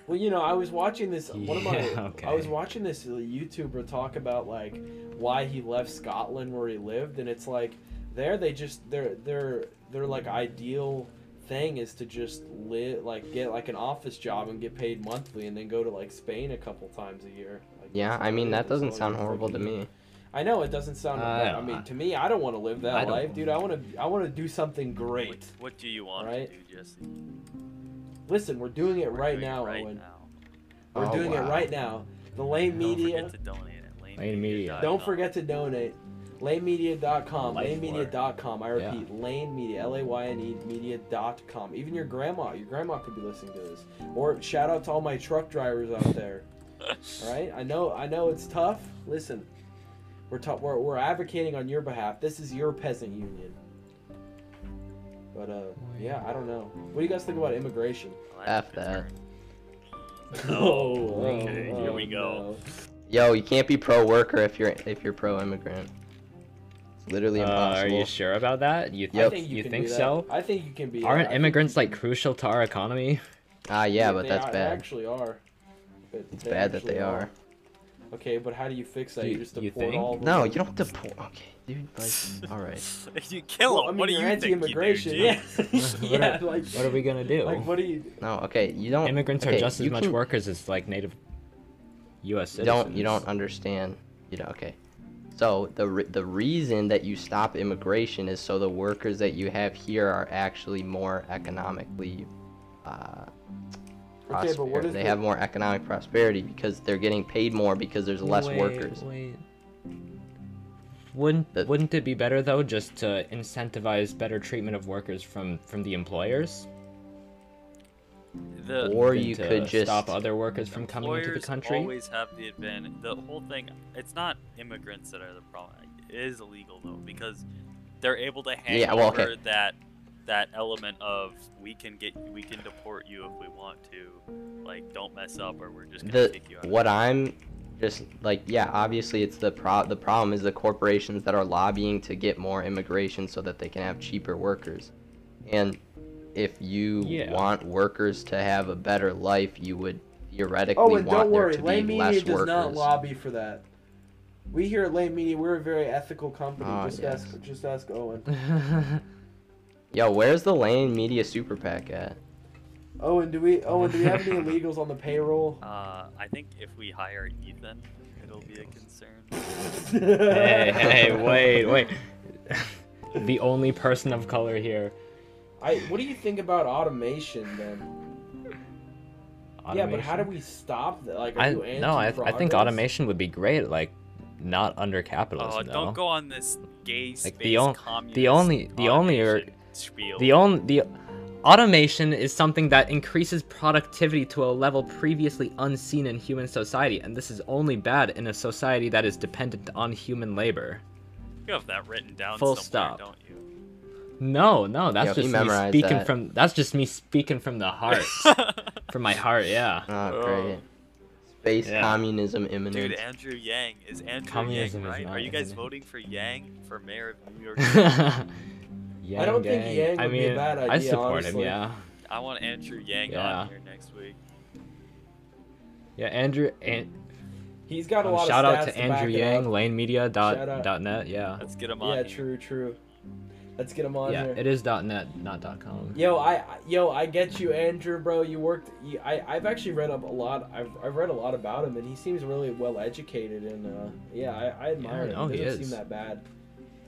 Speaker 1: Well, you know, I was watching this. One of my
Speaker 3: Yeah, okay.
Speaker 1: I was watching this YouTuber talk about like why he left Scotland where he lived, and it's like there they just their their their like ideal thing is to just live like get like an office job and get paid monthly, and then go to like Spain a couple times a year. Like,
Speaker 4: Yeah,
Speaker 1: that's
Speaker 4: I mean
Speaker 1: all-
Speaker 4: that
Speaker 1: that's all
Speaker 4: doesn't
Speaker 1: you
Speaker 4: sound horrible to
Speaker 1: freaking-
Speaker 4: me.
Speaker 1: I know it doesn't sound.
Speaker 3: I
Speaker 1: I,
Speaker 3: don't-
Speaker 1: mean, to me, I don't want to live that
Speaker 3: I don't-
Speaker 1: life, dude. I want to. I want to do something
Speaker 2: What,
Speaker 1: great.
Speaker 2: what do you want
Speaker 1: Right?
Speaker 2: to do, Jesse?
Speaker 1: Listen, we're doing it
Speaker 2: We're
Speaker 1: right
Speaker 2: doing it
Speaker 1: now,
Speaker 2: right
Speaker 1: Owen.
Speaker 2: now.
Speaker 1: We're
Speaker 4: Oh,
Speaker 1: doing it
Speaker 4: wow.
Speaker 1: right now. The lame
Speaker 2: Don't
Speaker 1: media.
Speaker 2: forget to donate at Lane Lane
Speaker 3: Lane Media.
Speaker 2: dot
Speaker 1: Don't
Speaker 2: com.
Speaker 1: forget to donate. LaneMedia.com.
Speaker 3: Life more.
Speaker 1: LaneMedia.com. I
Speaker 3: Yeah.
Speaker 1: repeat, Lane Media. L A Y N E Media.com. Even your grandma. Your grandma could be listening to this. Or shout out to all my truck drivers out there. all right. I know. I know it's tough. Listen, we're ta- we're we're advocating on your behalf. This is your peasant union. But uh, yeah, I don't know. What do you guys think about immigration?
Speaker 2: Well,
Speaker 4: F
Speaker 2: that's
Speaker 4: that.
Speaker 1: Oh,
Speaker 2: okay, here we go.
Speaker 4: Yo, you can't be pro worker if you're if you're pro immigrant. It's literally
Speaker 3: Uh, are
Speaker 4: impossible.
Speaker 3: you sure about that? You
Speaker 1: I
Speaker 3: think
Speaker 1: think you,
Speaker 3: you,
Speaker 1: can
Speaker 3: think
Speaker 1: be that.
Speaker 3: so?
Speaker 1: I think you can be. I
Speaker 3: Aren't
Speaker 1: think
Speaker 3: immigrants
Speaker 1: you
Speaker 3: like crucial to our economy?
Speaker 4: ah, yeah, but
Speaker 1: they
Speaker 4: that's
Speaker 1: are- They
Speaker 4: bad.
Speaker 1: actually are. But
Speaker 4: It's bad that they are.
Speaker 1: Okay, but how do you fix that?
Speaker 3: Do
Speaker 1: you
Speaker 3: you-
Speaker 1: just
Speaker 3: you
Speaker 1: deport
Speaker 3: think?
Speaker 1: all. of them?
Speaker 4: No, you don't deport. Okay, dude. Like, all right.
Speaker 2: you kill
Speaker 1: Well,
Speaker 2: him.
Speaker 1: I mean,
Speaker 2: what do
Speaker 1: you're
Speaker 2: you
Speaker 1: anti-immigration.
Speaker 2: think you do?
Speaker 1: yeah.
Speaker 2: James?
Speaker 1: yeah. Like,
Speaker 3: What are we gonna do?
Speaker 1: Like, what do you?
Speaker 4: No, okay. You don't.
Speaker 3: Immigrants
Speaker 4: okay,
Speaker 3: are just as
Speaker 4: you
Speaker 3: much
Speaker 4: can-
Speaker 3: workers as like native U.S.
Speaker 4: You
Speaker 3: citizens.
Speaker 4: don't. You don't understand. You know. Okay. So the re- the reason that you stop immigration is so the workers that you have here are actually more economically. Uh,
Speaker 1: Okay, but what
Speaker 4: prosper-
Speaker 1: is
Speaker 4: they
Speaker 1: the-
Speaker 4: have more economic prosperity because they're getting paid more because there's less
Speaker 3: Wait,
Speaker 4: workers.
Speaker 3: Wait. Wouldn't
Speaker 4: The-
Speaker 3: wouldn't it be better though just to incentivize better treatment of workers from from the employers?
Speaker 2: The
Speaker 4: Or
Speaker 3: than
Speaker 4: you
Speaker 3: to
Speaker 4: could just
Speaker 3: stop other workers from coming into the
Speaker 2: employers
Speaker 3: country.
Speaker 2: always have the advantage. The whole thing. It's not immigrants that are the problem. It is illegal though because they're able to hang
Speaker 4: Yeah, well,
Speaker 2: over
Speaker 4: okay.
Speaker 2: that that element of we can get we can deport you if we want to. Like don't mess up or we're just gonna
Speaker 4: the
Speaker 2: kick you out.
Speaker 4: what I'm just like yeah obviously it's the pro the problem is the corporations that are lobbying to get more immigration so that they can have cheaper workers and if you
Speaker 3: Yeah.
Speaker 4: want workers to have a better life you would theoretically
Speaker 1: Oh, and
Speaker 4: want
Speaker 1: don't worry,
Speaker 4: there to be
Speaker 1: Lane Media
Speaker 4: less
Speaker 1: does
Speaker 4: workers
Speaker 1: not lobby for that. We here at Lane Media, we're a very ethical company.
Speaker 4: Ah,
Speaker 1: just
Speaker 4: yes.
Speaker 1: ask, just ask Owen.
Speaker 4: yo where's the lane media super pac at
Speaker 1: Owen, do we? Owen, do we have any illegals on the payroll?
Speaker 2: Uh, I think if we hire Ethan, it'll be a concern.
Speaker 4: Oh.
Speaker 3: hey, hey, wait, wait. the only person of color here.
Speaker 1: I. What do you think about automation then? Yeah, but how do
Speaker 3: Automation.
Speaker 1: we stop that? Like, are
Speaker 3: I
Speaker 1: you
Speaker 3: no, I, I think
Speaker 1: anti-progress?
Speaker 3: automation would be great. Like, not under
Speaker 2: Oh,
Speaker 3: capitalism. though.
Speaker 2: don't go on this gay space
Speaker 3: Like, the on- the
Speaker 2: communist
Speaker 3: only- the only or-
Speaker 2: automation spiel.
Speaker 3: The only the automation is something that increases productivity to a level previously unseen in human society, and this is only bad in a society that is dependent on human labor.
Speaker 2: You have that written down
Speaker 3: Full
Speaker 2: somewhere,
Speaker 3: stop.
Speaker 2: don't you?
Speaker 3: No, no, that's
Speaker 4: Yeah, if you
Speaker 3: just me
Speaker 4: memorize
Speaker 3: speaking
Speaker 4: that.
Speaker 3: from that's just me speaking from the heart, from my heart. Yeah.
Speaker 4: oh
Speaker 2: Oh.
Speaker 4: great space
Speaker 3: Yeah.
Speaker 4: communism imminent
Speaker 2: Dude, Andrew Yang is Andrew
Speaker 3: Communism is
Speaker 2: Yang, right?
Speaker 3: not
Speaker 2: Are you guys
Speaker 3: imminent.
Speaker 2: voting for Yang for mayor of New York? City?
Speaker 3: Yang,
Speaker 1: I don't think
Speaker 3: gang.
Speaker 1: Yang
Speaker 3: I
Speaker 1: would be a
Speaker 3: mean,
Speaker 1: bad
Speaker 3: I
Speaker 1: idea,
Speaker 3: support him.
Speaker 1: honestly.
Speaker 3: Yeah.
Speaker 2: I want Andrew Yang
Speaker 3: Yeah.
Speaker 2: on here next week.
Speaker 3: Yeah, Andrew. An-
Speaker 1: He's got a
Speaker 3: um,
Speaker 1: lot
Speaker 3: shout
Speaker 1: of
Speaker 3: out
Speaker 1: stats
Speaker 3: to
Speaker 1: to back
Speaker 3: Andrew
Speaker 1: it
Speaker 3: Yang,
Speaker 1: up.
Speaker 3: LaneMedia
Speaker 1: Shout
Speaker 3: dot
Speaker 1: out.
Speaker 3: dot net. Yeah.
Speaker 2: Let's get him on.
Speaker 1: Yeah,
Speaker 2: here.
Speaker 1: true, true. Let's get him on
Speaker 3: Yeah,
Speaker 1: here.
Speaker 3: it is dot net, not dot com.
Speaker 1: Yo, I I- yo, I get you, Andrew, bro. You worked. You, I I've actually read up a lot. I've I've read a lot about him, and he seems really well educated. And uh, yeah, I, I admire
Speaker 3: no,
Speaker 1: him.
Speaker 3: he
Speaker 1: He doesn't
Speaker 3: is.
Speaker 1: seem that bad.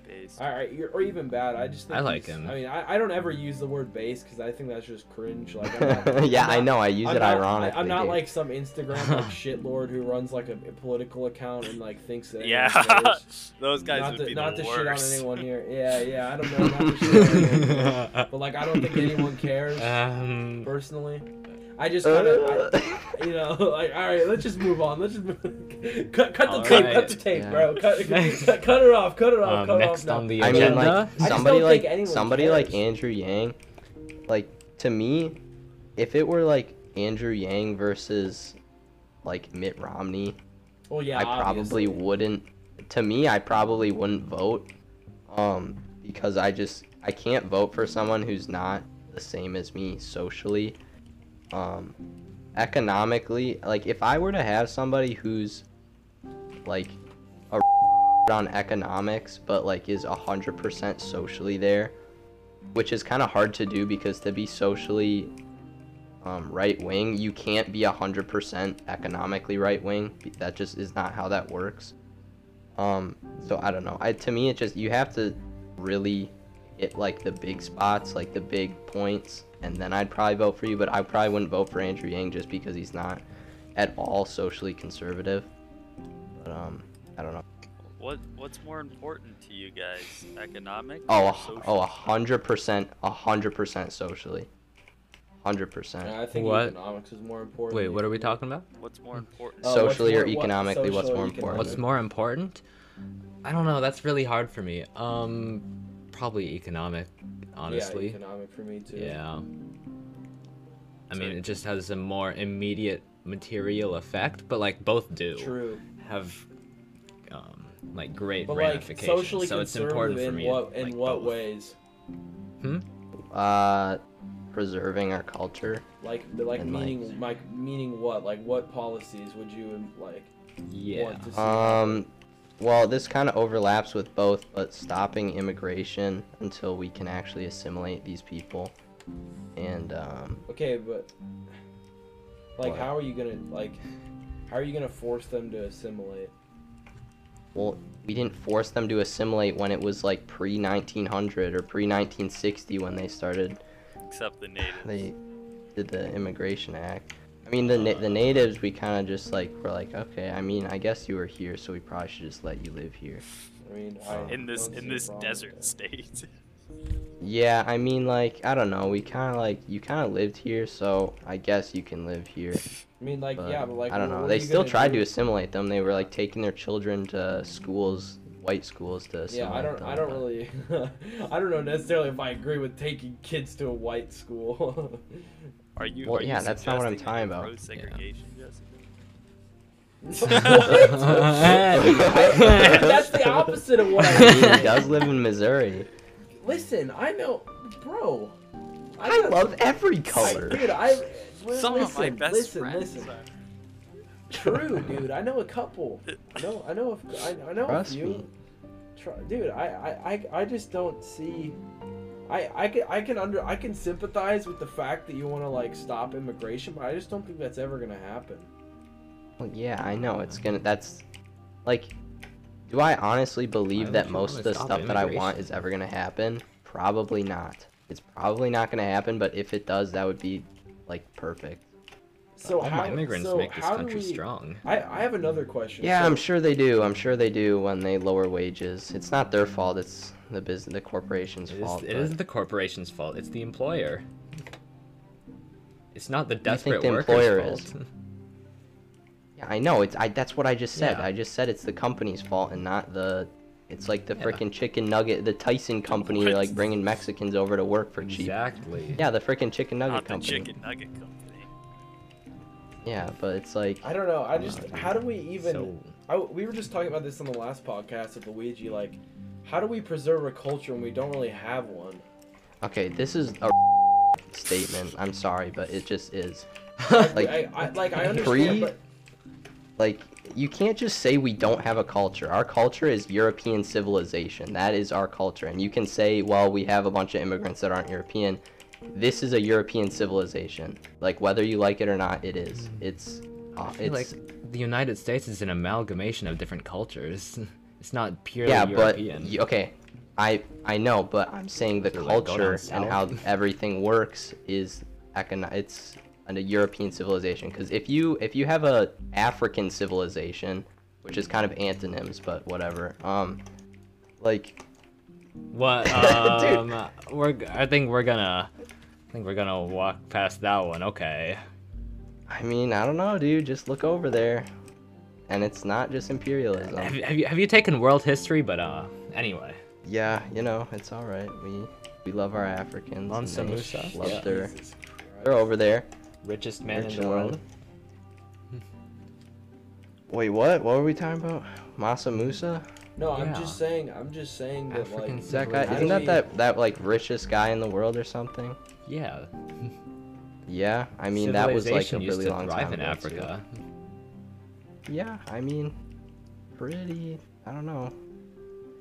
Speaker 2: Based.
Speaker 1: All right, you're, or even bad. I just think
Speaker 3: I like
Speaker 1: he's-
Speaker 3: him.
Speaker 1: I mean, I, I don't ever use the word base because I think that's just cringe. Like, I'm not,
Speaker 4: yeah
Speaker 1: I'm
Speaker 4: i
Speaker 1: not-
Speaker 4: know i use
Speaker 1: I'm
Speaker 4: it
Speaker 1: not,
Speaker 4: ironically
Speaker 1: I, am not
Speaker 4: dude.
Speaker 1: like some Instagram like shitlord who runs like a, a political account and like thinks that.
Speaker 2: Yeah,
Speaker 1: everyone knows.
Speaker 2: those guys
Speaker 1: not
Speaker 2: would
Speaker 1: to,
Speaker 2: be
Speaker 1: not
Speaker 2: the
Speaker 1: to shit on
Speaker 2: worst.
Speaker 1: anyone here. Yeah, yeah. I don't know. Not to shit on anyone, but like, I don't think anyone cares
Speaker 3: Um,
Speaker 1: personally. I just kind of, you know, like, all right, let's just move on. Let's just move, cut, cut the
Speaker 3: All
Speaker 1: tape, cut
Speaker 3: right.
Speaker 1: the tape,
Speaker 4: Yeah.
Speaker 1: bro. Cut, cut, cut it off, cut it off,
Speaker 3: um,
Speaker 1: cut it off.
Speaker 3: next
Speaker 1: now.
Speaker 3: on the
Speaker 4: I
Speaker 3: agenda.
Speaker 4: mean, like
Speaker 1: just
Speaker 4: somebody
Speaker 1: don't
Speaker 4: like
Speaker 1: think anyone
Speaker 4: somebody like
Speaker 1: cares.
Speaker 4: Andrew Yang, like to me, if it were like Andrew Yang versus like Mitt Romney,
Speaker 1: well, yeah,
Speaker 4: I probably
Speaker 1: obviously.
Speaker 4: wouldn't. To me, I probably wouldn't vote, um, because I just I can't vote for someone who's not the same as me socially, um, economically. Like if I were to have somebody who's like a on economics, but like is hundred percent socially there, which is kind of hard to do because to be socially um, right wing, you can't be 100% economically right wing. That just is not how that works. Um, so I don't know. I, to me, it just, you have to really hit like the big spots, like the big points, and then I'd probably vote for you, but I probably wouldn't vote for Andrew Yang just because he's not at all socially conservative. But, um, I don't know.
Speaker 2: What what's more important to you guys, economic?
Speaker 4: Oh,
Speaker 2: or
Speaker 4: a hu-
Speaker 2: social?
Speaker 4: oh, a hundred percent, a hundred percent socially, hundred percent.
Speaker 1: I think
Speaker 3: What?
Speaker 1: economics is more important.
Speaker 3: Wait, what are we talking about?
Speaker 2: What's more important?
Speaker 1: Uh, what's
Speaker 4: socially or
Speaker 1: more- what-
Speaker 4: economically, what's
Speaker 1: social or
Speaker 4: more important?
Speaker 1: economic?
Speaker 3: What's more important? I don't know. That's really hard for me. Um, probably economic, honestly.
Speaker 1: Yeah, economic for me too.
Speaker 3: Yeah. I
Speaker 2: So-
Speaker 3: mean, it just has a more immediate material effect, but like both do
Speaker 1: True.
Speaker 3: have um, like great
Speaker 1: But like
Speaker 3: ramifications.
Speaker 1: socially
Speaker 3: so it's
Speaker 1: conservative
Speaker 3: important for
Speaker 1: in
Speaker 3: me.
Speaker 1: what
Speaker 3: like,
Speaker 1: in what
Speaker 3: both.
Speaker 1: ways?
Speaker 4: Uh, preserving our culture.
Speaker 1: Like like
Speaker 4: And, like-
Speaker 1: meaning like, meaning what? Like what policies would you like
Speaker 3: Yeah.
Speaker 1: want to see?
Speaker 4: Um, well, this kind of overlaps with both, but stopping immigration until we can actually assimilate these people, and um,
Speaker 1: okay, but like
Speaker 4: What?
Speaker 1: how are you gonna like how are you gonna force them to assimilate?
Speaker 4: well, we didn't force them to assimilate when it was like pre 1900 or pre 1960 when they started.
Speaker 2: Except the natives.
Speaker 4: They did the Immigration Act. I mean, the na- the natives, we kind of just like were like, okay, I mean, I guess you were here, so we probably should just let you live here.
Speaker 1: I mean,
Speaker 4: Oh.
Speaker 1: I
Speaker 2: in this
Speaker 1: don't
Speaker 2: in
Speaker 1: see a
Speaker 2: this
Speaker 1: problem with
Speaker 2: desert
Speaker 1: that.
Speaker 2: state.
Speaker 4: Yeah, I mean, like, I don't know. We kind of like, you kind of lived here, so I guess you can live here.
Speaker 1: I mean, like
Speaker 4: But,
Speaker 1: yeah, but like
Speaker 4: I don't
Speaker 1: what-
Speaker 4: know.
Speaker 1: what are
Speaker 4: They
Speaker 1: you
Speaker 4: still
Speaker 1: gonna
Speaker 4: tried
Speaker 1: do?
Speaker 4: to assimilate them. They were like taking their children to schools, white schools to assimilate
Speaker 1: Yeah, I don't.
Speaker 4: them.
Speaker 1: I don't
Speaker 4: but-
Speaker 1: really. I don't know necessarily if I agree with taking kids to a white school.
Speaker 2: Are you?
Speaker 4: Well,
Speaker 2: are you
Speaker 4: yeah, that's not what I'm
Speaker 2: suggesting
Speaker 4: talking
Speaker 2: any
Speaker 4: about.
Speaker 2: Pro-segregation, Jessica?
Speaker 1: That's the opposite of what
Speaker 4: He
Speaker 1: I
Speaker 4: does live in Missouri.
Speaker 1: do. Listen, I know, bro.
Speaker 4: I
Speaker 1: got-
Speaker 4: love every
Speaker 1: I-
Speaker 4: color.
Speaker 1: dude. I li-
Speaker 2: Some
Speaker 1: listen,
Speaker 2: of my best
Speaker 1: listen,
Speaker 2: friends.
Speaker 1: Listen,
Speaker 2: are-
Speaker 1: True, dude. I know a couple. I know. I know. A, I, I know a
Speaker 4: Trust
Speaker 1: few.
Speaker 4: me.
Speaker 1: Tr- dude, I, I, I, I just don't see. I, I can, I can under, I can sympathize with the fact that you want to like stop immigration, but I just don't think that's ever gonna happen.
Speaker 4: Well, yeah, I know. It's gonna. That's like. Do I honestly believe
Speaker 3: would
Speaker 4: that
Speaker 3: you
Speaker 4: most of
Speaker 3: wanna
Speaker 4: the
Speaker 3: stop
Speaker 4: stuff that I want
Speaker 3: immigration?
Speaker 4: is ever gonna happen? Probably not. It's probably not gonna happen. But if it does, that would be like perfect.
Speaker 1: So
Speaker 3: All
Speaker 1: how,
Speaker 3: Oh, my immigrants
Speaker 1: so
Speaker 3: make this
Speaker 1: how do
Speaker 3: country
Speaker 1: we-
Speaker 3: strong.
Speaker 1: I, I have another question.
Speaker 4: Yeah,
Speaker 1: So-
Speaker 4: I'm sure they do. I'm sure they do when they lower wages. It's not their fault. It's the business, the corporation's
Speaker 3: It, is,
Speaker 4: fault.
Speaker 3: it
Speaker 4: but-
Speaker 3: isn't the corporation's fault. It's the employer. It's not the
Speaker 4: think
Speaker 3: desperate
Speaker 4: the
Speaker 3: worker's
Speaker 4: employer
Speaker 3: fault.
Speaker 4: is? Yeah, I know. It's I. That's what I just said.
Speaker 3: Yeah.
Speaker 4: I just said it's the company's fault and not the. It's like the
Speaker 3: Yeah.
Speaker 4: frickin' chicken nugget, the Tyson company,
Speaker 2: What?
Speaker 4: like bringing Mexicans over to work for cheap.
Speaker 3: Exactly.
Speaker 4: Yeah, the frickin' chicken nugget
Speaker 2: Not the
Speaker 4: company.
Speaker 2: chicken nugget company.
Speaker 4: Yeah, but it's like
Speaker 1: I don't know. I just
Speaker 4: dude.
Speaker 1: how do we even?
Speaker 3: So-
Speaker 1: I, we were just talking about this on the last podcast with Luigi. Like, how do we preserve a culture when we don't really have one?
Speaker 4: okay, this is a statement. I'm sorry, but it just is. Like
Speaker 1: I, I like I
Speaker 4: Pre-
Speaker 1: understand, but
Speaker 4: like you can't just say we don't have a culture. Our culture is European civilization. That is our culture. And you can say, well, we have a bunch of immigrants that aren't European. This is a European civilization. Like whether you like it or not, it is. It's uh,
Speaker 3: I feel
Speaker 4: it's
Speaker 3: like the United States is an amalgamation of different cultures. It's not purely
Speaker 4: yeah,
Speaker 3: European.
Speaker 4: but y- okay. I I know, but I'm saying the
Speaker 3: You're like, go
Speaker 4: culture
Speaker 3: down
Speaker 4: and how
Speaker 3: south.
Speaker 4: everything works is econo- it's a European civilization cuz if you if you have a African civilization, which is kind of antonyms but whatever. Um like
Speaker 3: What? Um, we're. g- I think we're gonna. I think we're gonna walk past that one. Okay.
Speaker 4: I mean, I don't know, dude, just look over there. And it's not just
Speaker 3: Have,
Speaker 4: imperialism.
Speaker 3: you- have you have you taken world history? But uh, anyway.
Speaker 4: Yeah, you know, it's all right. We we love our Africans. and
Speaker 3: Mansa
Speaker 4: they
Speaker 3: Musa?
Speaker 4: Love
Speaker 3: Yeah.
Speaker 4: their, they're over there.
Speaker 3: Richest man
Speaker 4: Rich
Speaker 3: in the world.
Speaker 4: one. Wait, what? What were we talking about? Masa Musa?
Speaker 1: no, I'm
Speaker 3: Yeah.
Speaker 1: just saying. I'm just saying that
Speaker 3: African
Speaker 1: like
Speaker 4: Is that guy?
Speaker 1: how do
Speaker 4: Isn't that
Speaker 1: we-
Speaker 4: that that like richest guy in the world or something?
Speaker 3: Yeah.
Speaker 4: Yeah, I mean that was like a
Speaker 3: Civilization used
Speaker 4: really
Speaker 3: to
Speaker 4: long
Speaker 3: thrive
Speaker 4: time
Speaker 3: in
Speaker 4: ago,
Speaker 3: Africa.
Speaker 4: too. Yeah, I mean, pretty. I don't know.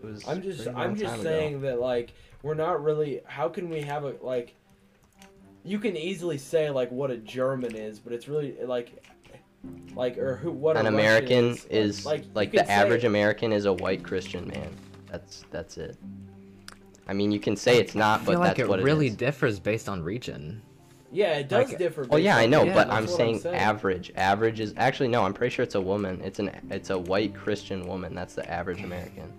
Speaker 4: It was.
Speaker 1: I'm just
Speaker 4: pretty
Speaker 1: I'm
Speaker 4: long
Speaker 1: just
Speaker 4: time ago.
Speaker 1: saying that like we're not really how can we have a like you can easily say like what a German is, but it's really like like or who what a
Speaker 4: An
Speaker 1: Russian
Speaker 4: American
Speaker 1: is,
Speaker 4: is like,
Speaker 1: you
Speaker 4: the
Speaker 1: can say-
Speaker 4: average American is a white Christian man. That's that's it. I mean, you can say it's not,
Speaker 3: I
Speaker 4: but
Speaker 3: feel like
Speaker 4: that's
Speaker 3: it
Speaker 4: what
Speaker 3: really
Speaker 4: it is.
Speaker 3: differs based on region.
Speaker 1: Yeah, it does
Speaker 3: Like-
Speaker 1: differ.
Speaker 4: Well,
Speaker 1: based
Speaker 4: Oh, yeah, I
Speaker 1: on-
Speaker 4: know,
Speaker 3: Yeah,
Speaker 4: but
Speaker 1: that's
Speaker 4: I'm
Speaker 1: what
Speaker 4: saying, average. Average is actually no. I'm pretty sure it's a woman. It's an it's a white Christian woman. That's the average American.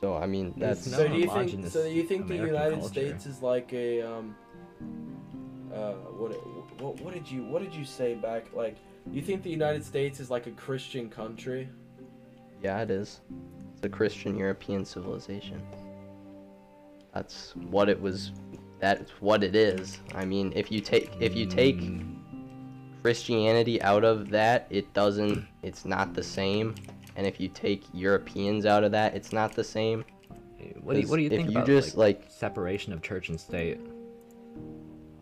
Speaker 4: So I mean, that's
Speaker 3: not
Speaker 1: So do you think?
Speaker 3: homogenous
Speaker 1: So do you think the
Speaker 3: American
Speaker 1: United
Speaker 3: culture.
Speaker 1: States is like a um? Uh, what, what what did you what did you say back like? You think the United States is like a Christian country?
Speaker 4: yeah, it is. It's a Christian European civilization. That's what it was. That's what it is. I mean, if you take if you take Christianity out of that, it doesn't. It's not the same. And if you take Europeans out of that, it's not the same.
Speaker 3: What do you, what do you
Speaker 4: If
Speaker 3: think
Speaker 4: you
Speaker 3: about
Speaker 4: just,
Speaker 3: like,
Speaker 4: like-
Speaker 3: separation of church and state?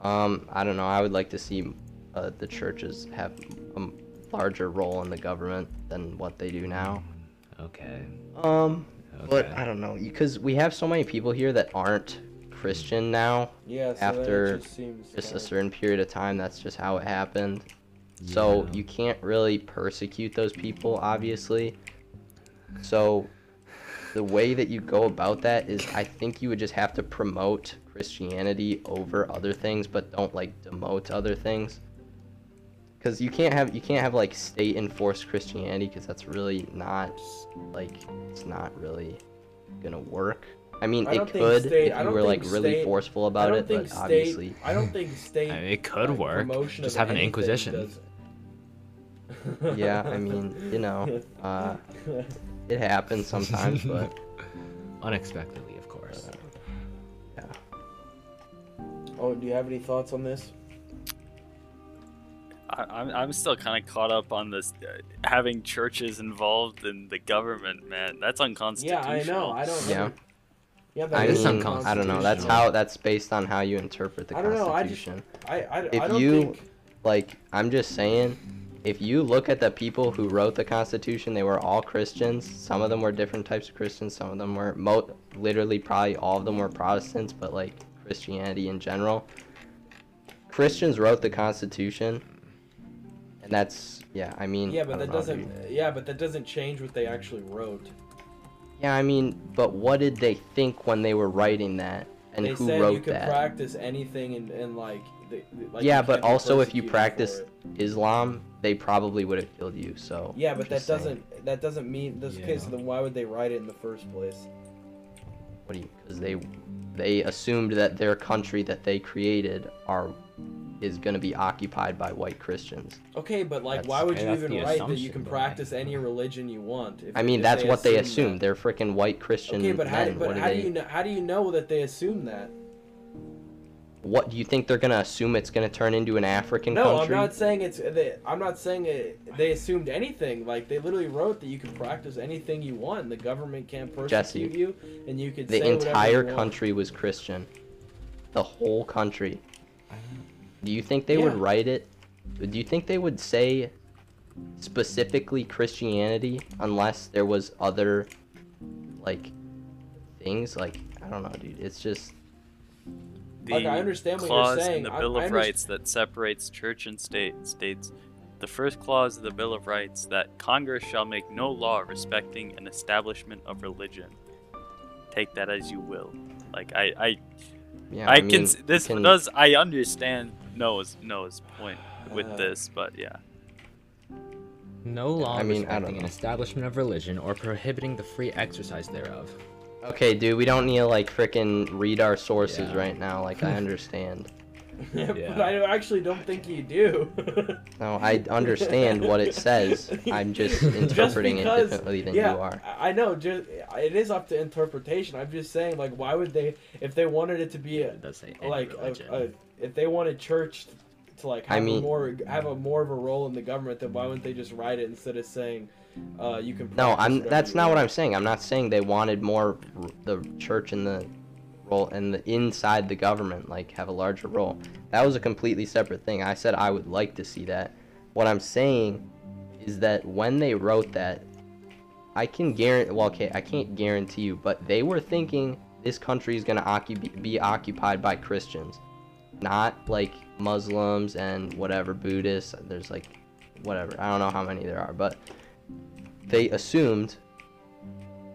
Speaker 4: Um, I don't know. I would like to see uh, the churches have a m- larger role in the government than what they do now.
Speaker 3: Okay.
Speaker 4: Um, but
Speaker 3: Okay.
Speaker 4: I don't know because we have so many people here that aren't Christian now.
Speaker 1: Yeah. So then it
Speaker 4: After
Speaker 1: just seems
Speaker 4: Just a
Speaker 1: like-
Speaker 4: certain period of time, that's just how it happened. So
Speaker 3: Yeah.
Speaker 4: you can't really persecute those people, obviously. So the way that you go about that is, I think you would just have to promote Christianity over other things, but don't like demote other things. Because you can't have you can't have like state enforced Christianity, because that's really not like it's not really gonna work. I mean,
Speaker 1: I
Speaker 4: it
Speaker 1: don't think
Speaker 4: could
Speaker 1: state- I
Speaker 4: if you
Speaker 1: don't
Speaker 4: were like
Speaker 1: think
Speaker 4: really
Speaker 1: state-
Speaker 4: forceful
Speaker 1: I
Speaker 4: about
Speaker 1: don't
Speaker 4: it,
Speaker 1: think
Speaker 4: but
Speaker 1: state.
Speaker 4: obviously,
Speaker 1: I don't think state.
Speaker 3: I mean, it could
Speaker 1: like,
Speaker 3: work.
Speaker 1: promotion
Speaker 3: Just
Speaker 1: of
Speaker 3: have an
Speaker 1: anything
Speaker 3: inquisition.
Speaker 1: does-
Speaker 4: yeah. I mean, you know, uh, it happens sometimes, but
Speaker 3: Unexpectedly, of course.
Speaker 1: oh, do you have any thoughts on this?
Speaker 2: I, I'm, I'm still kind of caught up on this uh, having churches involved in the government, man. That's
Speaker 1: Yeah,
Speaker 2: unconstitutional.
Speaker 1: I know. I don't.
Speaker 4: yeah.
Speaker 1: Yeah, that
Speaker 4: I
Speaker 1: is
Speaker 4: mean, I don't know. That's
Speaker 1: unconstitutional.
Speaker 4: how that's based on how you interpret the
Speaker 1: I don't know, I just-
Speaker 4: Constitution.
Speaker 1: I, I, I
Speaker 4: If
Speaker 1: don't
Speaker 4: you-
Speaker 1: think.
Speaker 4: Like, I'm just saying, if you look at the people who wrote the Constitution, they were all Christians. Some of them were different types of Christians. Some of them were mo- literally probably all of them were Protestants, but like Christianity in general. Christians wrote the Constitution, and that's yeah. I mean,
Speaker 1: Yeah,
Speaker 4: I
Speaker 1: but
Speaker 4: don't
Speaker 1: that
Speaker 4: know,
Speaker 1: doesn't.
Speaker 4: dude.
Speaker 1: Yeah, but that doesn't change what they actually wrote.
Speaker 4: Yeah, I mean, but what did they think when they were writing that, and
Speaker 1: they
Speaker 4: who
Speaker 1: said
Speaker 4: wrote
Speaker 1: you could
Speaker 4: that?
Speaker 1: practice anything and, and like, the, the- like.
Speaker 4: Yeah,
Speaker 1: you
Speaker 4: but
Speaker 1: can't be
Speaker 4: also if you
Speaker 1: persecuted for
Speaker 4: practice-
Speaker 1: it.
Speaker 4: Islam, they probably would have killed you. So
Speaker 1: Yeah,
Speaker 4: I'm
Speaker 1: but that
Speaker 4: just saying.
Speaker 1: doesn't. That doesn't mean. This
Speaker 3: Yeah.
Speaker 1: case. Then why would they write it in the first place?
Speaker 4: What do you? Because they they assumed that their country that they created are is going to be occupied by white Christians.
Speaker 1: Okay, but like,
Speaker 4: That's-
Speaker 1: why would
Speaker 3: okay,
Speaker 1: you
Speaker 3: that's
Speaker 1: even
Speaker 3: the
Speaker 1: write that you
Speaker 3: assumption,
Speaker 1: can
Speaker 3: though.
Speaker 1: practice any religion you want? If,
Speaker 4: I mean,
Speaker 1: if
Speaker 4: that's what they
Speaker 1: assume that?
Speaker 4: assumed. They're freaking white Christian
Speaker 1: Okay, but how,
Speaker 4: men. what
Speaker 1: but
Speaker 4: do
Speaker 1: how do
Speaker 4: they?
Speaker 1: you know? How do you know that they assume that?
Speaker 4: What do you think they're going to assume? It's going to turn into an African
Speaker 1: No,
Speaker 4: country?
Speaker 1: I'm not saying it's. They, I'm not saying it, they assumed anything. Like they literally wrote that you can practice anything you want. And the government can't persecute
Speaker 4: Jesse,
Speaker 1: you, and you could
Speaker 4: the
Speaker 1: say whatever
Speaker 4: entire
Speaker 1: you want.
Speaker 4: country was Christian. The whole country. Do you think they would
Speaker 1: Yeah.
Speaker 4: write it? Do you think they would say specifically Christianity unless there was other like things like I don't know, dude. It's just
Speaker 2: The
Speaker 1: Like, I understand what you're
Speaker 2: clause in
Speaker 1: saying.
Speaker 2: the
Speaker 1: I-
Speaker 2: Bill
Speaker 1: I
Speaker 2: of
Speaker 1: underst-
Speaker 2: Rights that separates church and state states the first clause of the Bill of Rights that Congress shall make no law respecting an establishment of religion. Take that as you will. Like I, I,
Speaker 4: yeah.
Speaker 2: I,
Speaker 4: mean,
Speaker 2: can.
Speaker 4: you
Speaker 2: s- This
Speaker 4: can-
Speaker 2: does. I understand Noah's Noah's point with
Speaker 1: Uh,
Speaker 2: this, but yeah.
Speaker 3: No law
Speaker 4: I mean, I don't
Speaker 3: respecting an
Speaker 4: know.
Speaker 3: establishment of religion or prohibiting the free exercise thereof.
Speaker 4: Okay, dude, we don't need to like freaking read our sources
Speaker 3: Yeah.
Speaker 4: right now. Like I understand.
Speaker 1: but I actually don't think you do.
Speaker 4: No, I understand what it says. I'm just
Speaker 3: Just
Speaker 4: interpreting it
Speaker 1: because-
Speaker 4: differently than
Speaker 1: yeah,
Speaker 4: you are.
Speaker 1: I I know. Just it is up to interpretation. I'm just saying, like, why would they, if they wanted it to be a,
Speaker 3: It does say any
Speaker 1: like, a,
Speaker 3: religion.
Speaker 1: a, if they wanted church to like
Speaker 4: I
Speaker 1: have a
Speaker 4: mean-
Speaker 1: more have a more of a role in the government, then why wouldn't they just write it instead of saying, uh, you can.
Speaker 4: No,
Speaker 1: practice
Speaker 4: I'm.
Speaker 1: whatever
Speaker 4: That's
Speaker 1: you
Speaker 4: not
Speaker 1: want.
Speaker 4: what I'm saying. I'm not saying they wanted more r- the church and the role and the inside the government like have a larger role. That was a completely separate thing. I said I would like to see that. What I'm saying is that when they wrote that, I can guarantee. Well, okay, I can't guarantee you, but they were thinking this country is gonna occup- be occupied by Christians, not like Muslims and whatever Buddhists. There's like whatever. I don't know how many there are, but they assumed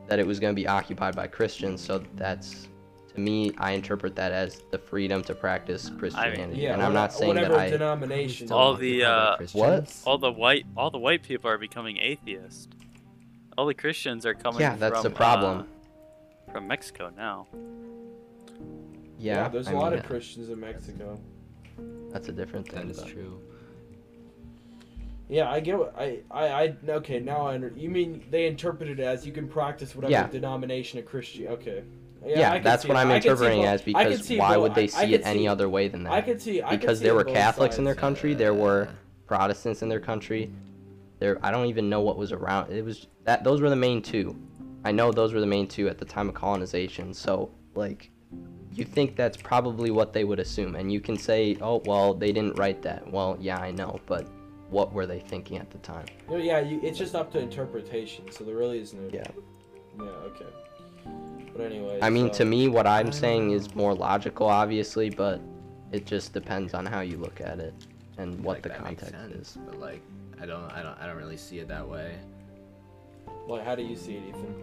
Speaker 4: that it was going to be occupied by Christians, so that's to me, I interpret that as the freedom to practice Christianity,
Speaker 1: Yeah,
Speaker 4: and I'm
Speaker 1: whate-
Speaker 4: not saying
Speaker 1: whatever
Speaker 4: that I.
Speaker 1: denomination.
Speaker 2: All the, uh,
Speaker 4: What?
Speaker 2: All the white all the white people are becoming atheists. All the Christians are coming.
Speaker 4: Yeah, that's
Speaker 2: from,
Speaker 4: the problem.
Speaker 2: uh, from Mexico now.
Speaker 4: yeah,
Speaker 1: there's
Speaker 4: a
Speaker 1: a lot of Christians in Mexico.
Speaker 4: That's a different thing.
Speaker 3: That is
Speaker 4: but-
Speaker 3: true.
Speaker 1: Yeah, I get what I I, I okay now I under, you mean they interpret it as you can practice whatever
Speaker 4: Yeah.
Speaker 1: denomination of Christian. Okay.
Speaker 4: Yeah,
Speaker 1: I can
Speaker 4: that's
Speaker 1: see
Speaker 4: what
Speaker 1: it.
Speaker 4: I'm
Speaker 1: I can see
Speaker 4: interpreting
Speaker 1: both-
Speaker 4: as
Speaker 1: I
Speaker 4: because
Speaker 1: can see
Speaker 4: why
Speaker 1: both-
Speaker 4: would
Speaker 1: I-
Speaker 4: they see
Speaker 1: I
Speaker 4: it
Speaker 1: could
Speaker 4: any
Speaker 1: see-
Speaker 4: other way than that?
Speaker 1: I could see I could
Speaker 4: because
Speaker 1: see
Speaker 4: there
Speaker 1: it
Speaker 4: were
Speaker 1: both
Speaker 4: Catholics in their
Speaker 1: sides.
Speaker 4: country, there were Protestants in their country. There, I don't even know what was around. It was that those were the main two. I know those were the main two at the time of colonization. So like, you think that's probably what they would assume, and you can say, oh well, they didn't write that. Well, yeah, I know, but what were they thinking at the time?
Speaker 1: No, yeah, you, it's just up to interpretation. So there really is no.
Speaker 4: Yeah.
Speaker 1: Yeah. Okay. But uh, anyway.
Speaker 4: I mean,
Speaker 1: so-
Speaker 4: to me, what
Speaker 3: I
Speaker 4: I'm
Speaker 3: don't
Speaker 4: saying is more logical, obviously, but it just depends on how you look at it and what
Speaker 3: Like,
Speaker 4: the
Speaker 3: that makes
Speaker 4: context
Speaker 3: sense,
Speaker 4: is.
Speaker 3: But like, I don't, I don't, I don't really see it that way.
Speaker 1: Like, how do you see it, Ethan?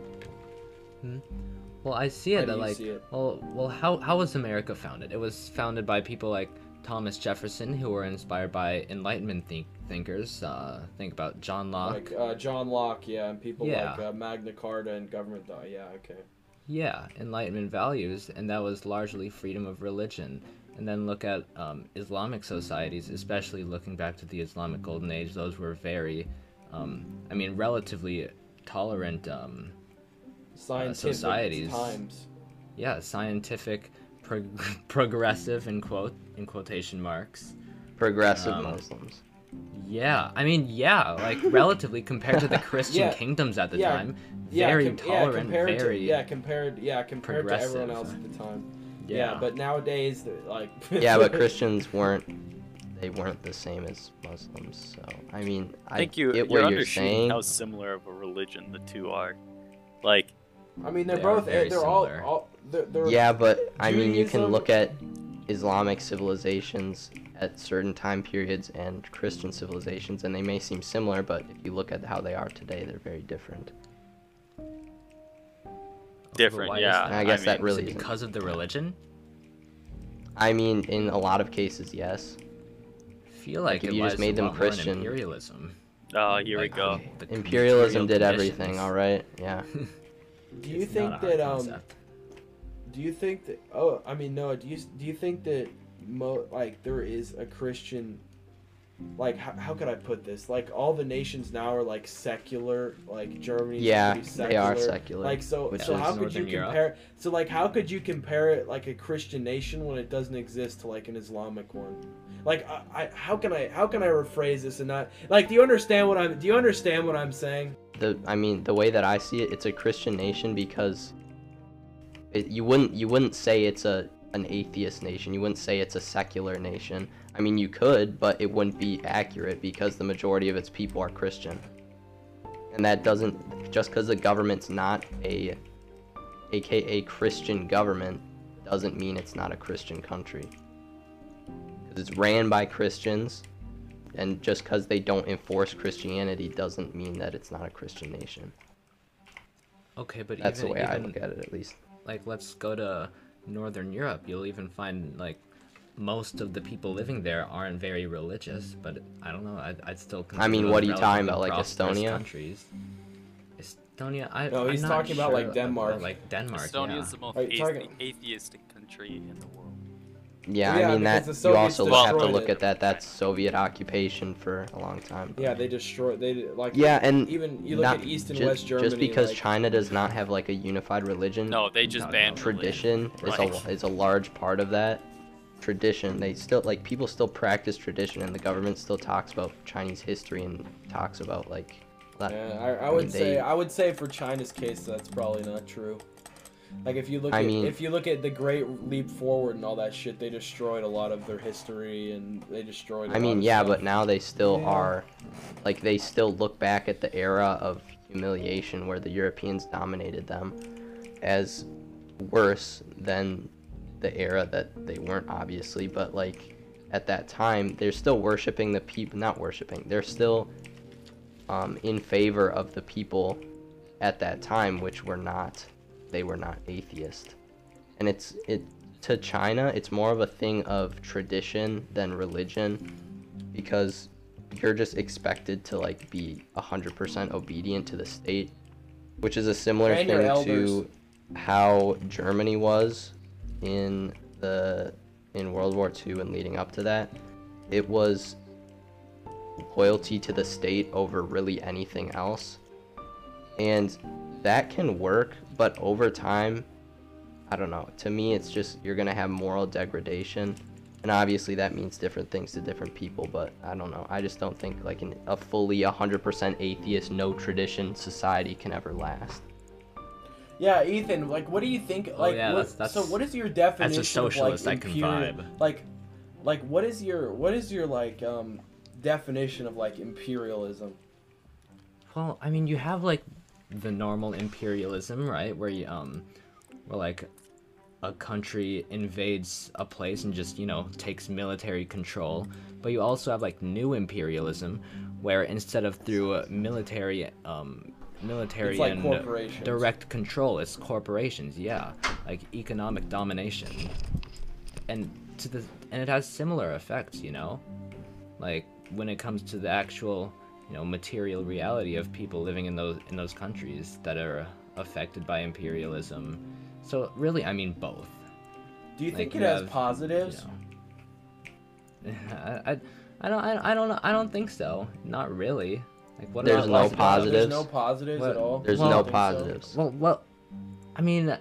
Speaker 3: Well, I see
Speaker 1: How
Speaker 3: it
Speaker 1: do
Speaker 3: that
Speaker 1: you
Speaker 3: like,
Speaker 1: see it?
Speaker 3: well, well, how how was America founded? It was founded by people like Thomas Jefferson, who were inspired by Enlightenment think- thinkers. Uh, think about John Locke.
Speaker 1: Like uh, John Locke, yeah, and people like
Speaker 3: Yeah.
Speaker 1: uh, Magna Carta and government. Doc- yeah. Okay.
Speaker 3: Yeah, Enlightenment values, and that was largely freedom of religion. And then look at um, Islamic societies, especially looking back to the Islamic Golden Age, those were very, um, I mean, relatively tolerant, um,
Speaker 1: Scientific
Speaker 3: societies.
Speaker 1: times.
Speaker 3: yeah, scientific, prog- progressive, in, quote, in quotation marks.
Speaker 4: Progressive
Speaker 3: Um,
Speaker 4: Muslims.
Speaker 3: Yeah, I mean, yeah, like relatively compared to the Christian
Speaker 1: Yeah,
Speaker 3: kingdoms at the
Speaker 1: yeah,
Speaker 3: time, very
Speaker 1: com-
Speaker 3: tolerant,
Speaker 1: compared
Speaker 3: very.
Speaker 1: To, yeah, compared. Yeah, compared to everyone else at
Speaker 3: progressive.
Speaker 1: the time. Yeah,
Speaker 3: yeah.
Speaker 1: but nowadays, they're, like.
Speaker 4: yeah, but Christians weren't they weren't the same as Muslims. So I mean, I,
Speaker 2: I think you
Speaker 4: get
Speaker 2: you're
Speaker 4: what you're
Speaker 2: undershooting
Speaker 4: saying.
Speaker 2: how similar of a religion the two are. Like
Speaker 1: I mean, they're
Speaker 3: They are
Speaker 1: both.
Speaker 3: very
Speaker 1: They're all.
Speaker 3: similar.
Speaker 1: all they're, they're,
Speaker 4: Yeah, but I mean, you
Speaker 1: Judaism-
Speaker 4: can look at Islamic civilizations at certain time periods and Christian civilizations, and they may seem similar, but if you look at how they are today, they're very different.
Speaker 2: different,
Speaker 3: why is
Speaker 2: yeah.
Speaker 3: that?
Speaker 4: I guess that
Speaker 2: mean,
Speaker 4: really isn't-
Speaker 3: because of the religion?
Speaker 4: I mean, in a lot of cases, yes.
Speaker 3: feel like,
Speaker 4: if
Speaker 3: it
Speaker 4: you just
Speaker 3: lies
Speaker 4: made
Speaker 3: a
Speaker 4: them
Speaker 3: lot more in
Speaker 4: Christian-
Speaker 3: imperialism.
Speaker 2: Oh, here
Speaker 3: Like,
Speaker 2: we go.
Speaker 3: okay. The
Speaker 4: Imperialism
Speaker 3: material
Speaker 4: did everything,
Speaker 3: conditions.
Speaker 4: all right. Yeah.
Speaker 1: Do you
Speaker 3: It's
Speaker 1: think
Speaker 3: not a hard
Speaker 1: that um?
Speaker 3: concept.
Speaker 1: Do you think that? Oh, I mean, Noah. Do you do you think that? Mo, like there is a Christian. Like how, how could I put this? Like all the nations now are like secular. Like Germany.
Speaker 4: Yeah, they are secular,
Speaker 1: Like so.
Speaker 4: which
Speaker 1: so
Speaker 4: is
Speaker 1: how could you
Speaker 3: Northern Europe.
Speaker 1: compare? So like how could you compare it like a Christian nation when it doesn't exist to like an Islamic one? Like I, I how can I how can I rephrase this and not like do you understand what I'm do you understand what I'm saying?
Speaker 4: the I mean the way that I see it, it's a Christian nation because it, you wouldn't you wouldn't say it's a an atheist nation. You wouldn't say it's a secular nation. I mean you could, but it wouldn't be accurate because the majority of its people are Christian. And that doesn't just because the government's not a aka Christian government doesn't mean it's not a Christian country. 'Cause it's ran by Christians and just because they don't enforce Christianity doesn't mean that it's not a Christian nation.
Speaker 3: Okay, but
Speaker 4: That's
Speaker 3: even,
Speaker 4: the way I
Speaker 3: even,
Speaker 4: look at it, at least.
Speaker 3: Like, let's go to Northern Europe. You'll even find like most of the people living there aren't very religious. But I don't know. I'd, I'd still. Consider
Speaker 4: mean,
Speaker 3: those
Speaker 4: what are you talking
Speaker 3: relatively
Speaker 4: about, like
Speaker 3: prosperous
Speaker 4: Estonia?
Speaker 3: Countries. Estonia. I,
Speaker 1: No,
Speaker 3: I'm
Speaker 1: he's
Speaker 3: not
Speaker 1: talking about, like,
Speaker 3: sure
Speaker 1: Denmark.
Speaker 3: like Denmark.
Speaker 2: Estonia
Speaker 3: yeah.
Speaker 2: is the most
Speaker 1: Are you
Speaker 2: athe-
Speaker 1: talking-
Speaker 2: atheistic country in the world.
Speaker 4: Yeah,
Speaker 1: Yeah,
Speaker 4: I mean
Speaker 1: because
Speaker 4: that.
Speaker 1: the
Speaker 4: You
Speaker 1: Soviets
Speaker 4: also have to
Speaker 1: destroyed
Speaker 4: look
Speaker 1: it.
Speaker 4: at that. That's Soviet occupation for a long time.
Speaker 1: Yeah, they destroy they like
Speaker 4: Yeah, and
Speaker 1: even you look
Speaker 4: not-
Speaker 1: at East and
Speaker 4: ju-
Speaker 1: West Germany
Speaker 4: Just because
Speaker 1: like-
Speaker 4: China does not have like a unified religion,
Speaker 2: No, they just
Speaker 3: No,
Speaker 2: banned
Speaker 3: no.
Speaker 4: tradition is
Speaker 2: Right.
Speaker 4: a is a large part of that. Tradition, they still like people still practice tradition, and the government still talks about Chinese history and talks about like. that-
Speaker 1: Yeah, I, I
Speaker 4: mean,
Speaker 1: would say
Speaker 4: they-
Speaker 1: I would say for China's case that's probably not true. Like if you look
Speaker 4: I
Speaker 1: at
Speaker 4: mean-
Speaker 1: if you look at the Great Leap Forward and all that shit, they destroyed a lot of their history and they destroyed. I
Speaker 4: I mean, yeah, but
Speaker 1: now
Speaker 4: now they still
Speaker 1: Yeah.
Speaker 4: are, like, they still look back at the era of humiliation where the Europeans dominated them as worse than the era that they weren't, obviously, but, like, at that time, they're still worshiping the people, not worshiping, they're still um, in favor of the people at that time, which were not, they were not atheist. and it's it to China, it's more of a thing of tradition than religion because you're just expected to like be 100% obedient to the state, which is a similar
Speaker 1: And your
Speaker 4: thing
Speaker 1: elders.
Speaker 4: to how Germany was in the in World War II and leading up to that. It was loyalty to the state over really anything else. And that can work, but over time, I don't know. To me, it's just you're going to have moral degradation. And obviously, that means different things to different people, but I don't know. I just don't think like an, a fully 100% atheist, no tradition society can ever last.
Speaker 1: Yeah, Ethan, like, what do you think? Like,
Speaker 3: Oh, yeah,
Speaker 1: what,
Speaker 3: that's- that's-
Speaker 1: so what is your definition
Speaker 3: socialist,
Speaker 1: of
Speaker 3: I
Speaker 1: like
Speaker 3: can
Speaker 1: impure?
Speaker 3: vibe.
Speaker 1: Like, like what is your what is your like um definition of like imperialism?
Speaker 3: Well, I mean, you have like the normal imperialism, right? Where you um, where like a country invades a place and just you know takes military control. But you also have like new imperialism, where instead of through uh, military um, military
Speaker 1: It's like
Speaker 3: and
Speaker 1: corporations.
Speaker 3: direct control, it's corporations. Yeah, like economic domination, and to the and it has similar effects, you know like when it comes to the actual you know material reality of people living in those in those countries that are affected by imperialism so really i mean both
Speaker 1: Do you think
Speaker 3: Like,
Speaker 1: it
Speaker 3: you
Speaker 1: has
Speaker 3: have, you
Speaker 1: positives?
Speaker 3: know. I, I, I don't I, I don't know- I don't think so not really like what
Speaker 4: There's
Speaker 3: about
Speaker 4: no
Speaker 3: like-
Speaker 4: positive-
Speaker 1: There's
Speaker 4: positives?
Speaker 1: no positives
Speaker 3: What-
Speaker 1: at all.
Speaker 4: There's
Speaker 1: I
Speaker 3: Well,
Speaker 4: no
Speaker 1: don't think so.
Speaker 4: positives.
Speaker 3: well well i mean